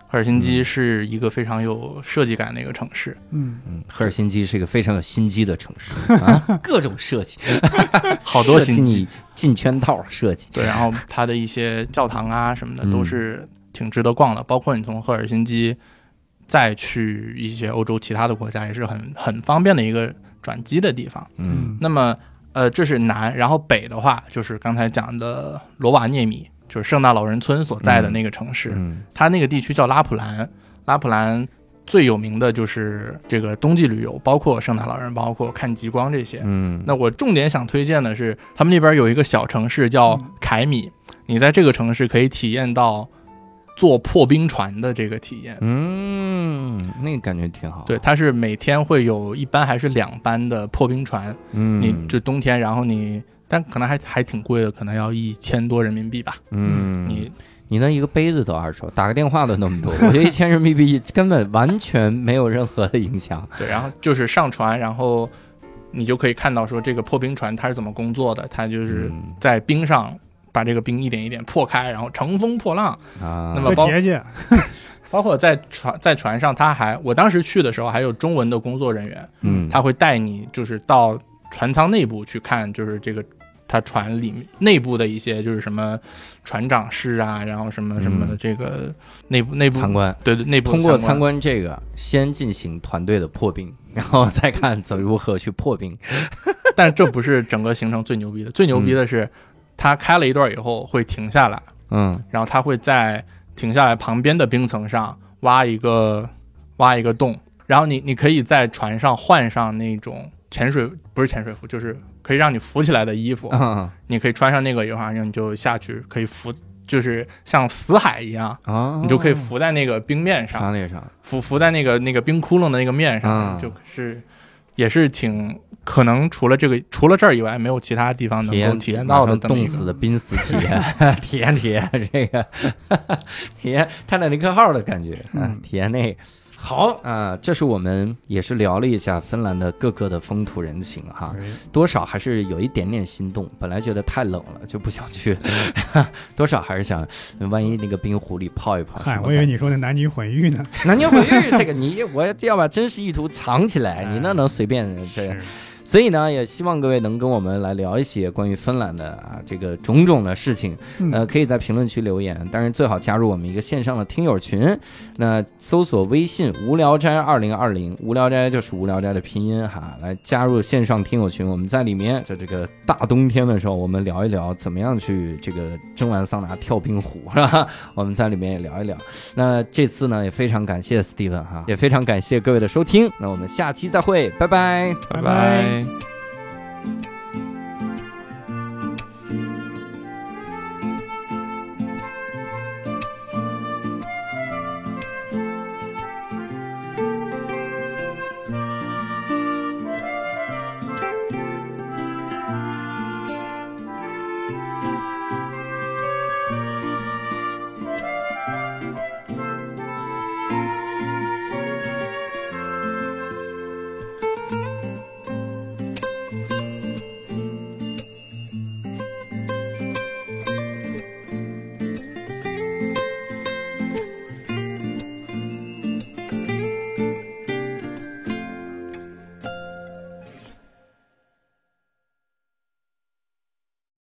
S3: 赫尔辛基是一个非常有设计感的一个城市。
S2: 嗯，
S1: 嗯，赫尔辛基是一个非常有心机的城 市啊，各种设计，
S3: 好多
S1: 设计
S3: 心机
S1: 你进圈套设计。
S3: 对，然后它的一些教堂啊什么的
S1: 嗯
S3: 都是挺值得逛的，包括你从赫尔辛基再去一些欧洲其他的国家，也是很很方便的一个转机的地方。
S1: 嗯
S3: 那么，呃，这是南，然后北的话就是刚才讲的罗瓦涅米，就是圣诞老人村所在的那个城市，
S1: 嗯
S3: 它那个地区叫拉普兰。拉普兰最有名的就是这个冬季旅游，包括圣诞老人，包括看极光这些。
S1: 嗯，
S3: 那我重点想推荐的是，他们那边有一个小城市叫
S2: 嗯
S3: 凯米，你在这个城市可以体验到坐破冰船的这个体验。
S1: 嗯，那个感觉挺好。
S3: 对，，它是每天会有一班还是两班的破冰船，
S1: 嗯，
S3: 你就冬天，然后你，但可能还还挺贵的，可能要一千多人民币吧。
S1: 嗯，
S3: 你
S1: 你那一个杯子都二十，打个电话都那么多，我觉得一千人民币根本完全没有任何的影响。
S3: 对，然后就是上船，然后你就可以看到说这个破冰船它是怎么工作的，它就是
S1: 嗯
S3: 在冰上把这个冰一点一点破开，然后乘风破浪。
S1: 啊，
S3: 那么
S2: 和
S3: 包
S2: 姐姐，
S3: 包括在船在船上，他还我当时去的时候还有中文的工作人员，
S1: 嗯，
S3: 他会带你就是到船舱内部去看，就是这个。他船里面内部的一些就是什么船长室啊，然后什么什么
S1: 嗯
S3: 这个内部内部
S1: 参观。
S3: 对对内部的
S1: 通过参
S3: 观
S1: 观这个，先进行团队的破冰，然后再看怎么如何去破冰。
S3: 但是这不是整个行程最牛逼的，最牛逼的是，他开了一段以后会停下来，
S1: 嗯
S3: 然后他会在停下来旁边的冰层上挖一个挖一个洞，然后你你可以在船上换上那种潜水不是潜水服，就是可以让你浮起来的衣服，
S1: 啊，
S3: 你可以穿上那个以后，然后你就下去可以浮就是像死海一样，
S1: 啊，
S3: 你就可以浮在那个冰面上，
S1: 啥那啥，
S3: 浮浮在那个那个冰窟窿的那个面上，
S1: 嗯
S3: 就是也是挺可能除了这个除了这儿以外，没有其他地方能够体验到
S1: 马
S3: 的
S1: 上
S3: 这么一
S1: 冻
S3: 个
S1: 死的濒死体验， 体验体验这个， 体验泰坦尼克号的感觉，啊
S2: 嗯
S1: 体验那个好啊、这是我们也是聊了一下芬兰的各个的风土人情哈，
S2: 哎
S1: 多少还是有一点点心动。本来觉得太冷了就不想去， 多少还是想，万一那个冰壶里泡一泡什么的。
S2: 嗨，我以为你说的男女混浴呢。
S1: 南京混浴这个你，我要把真实意图藏起来，你那能随便 这样？
S2: 是
S1: 所以呢，也希望各位能跟我们来聊一些关于芬兰的啊这个种种的事情，呃，
S2: 嗯，
S1: 可以在评论区留言，当然最好加入我们一个线上的听友群，那搜索微信“无聊斋二零二零”，无聊斋就是无聊斋的拼音哈，来加入线上听友群，我们在里面，在这个大冬天的时候，我们聊一聊怎么样去这个蒸完桑拿跳冰壶是吧？ 我们在里面也聊一聊。那这次呢，也非常感谢 Steven 哈，也非常感谢各位的收听，那我们下期再会，拜拜。
S2: 拜
S3: 拜。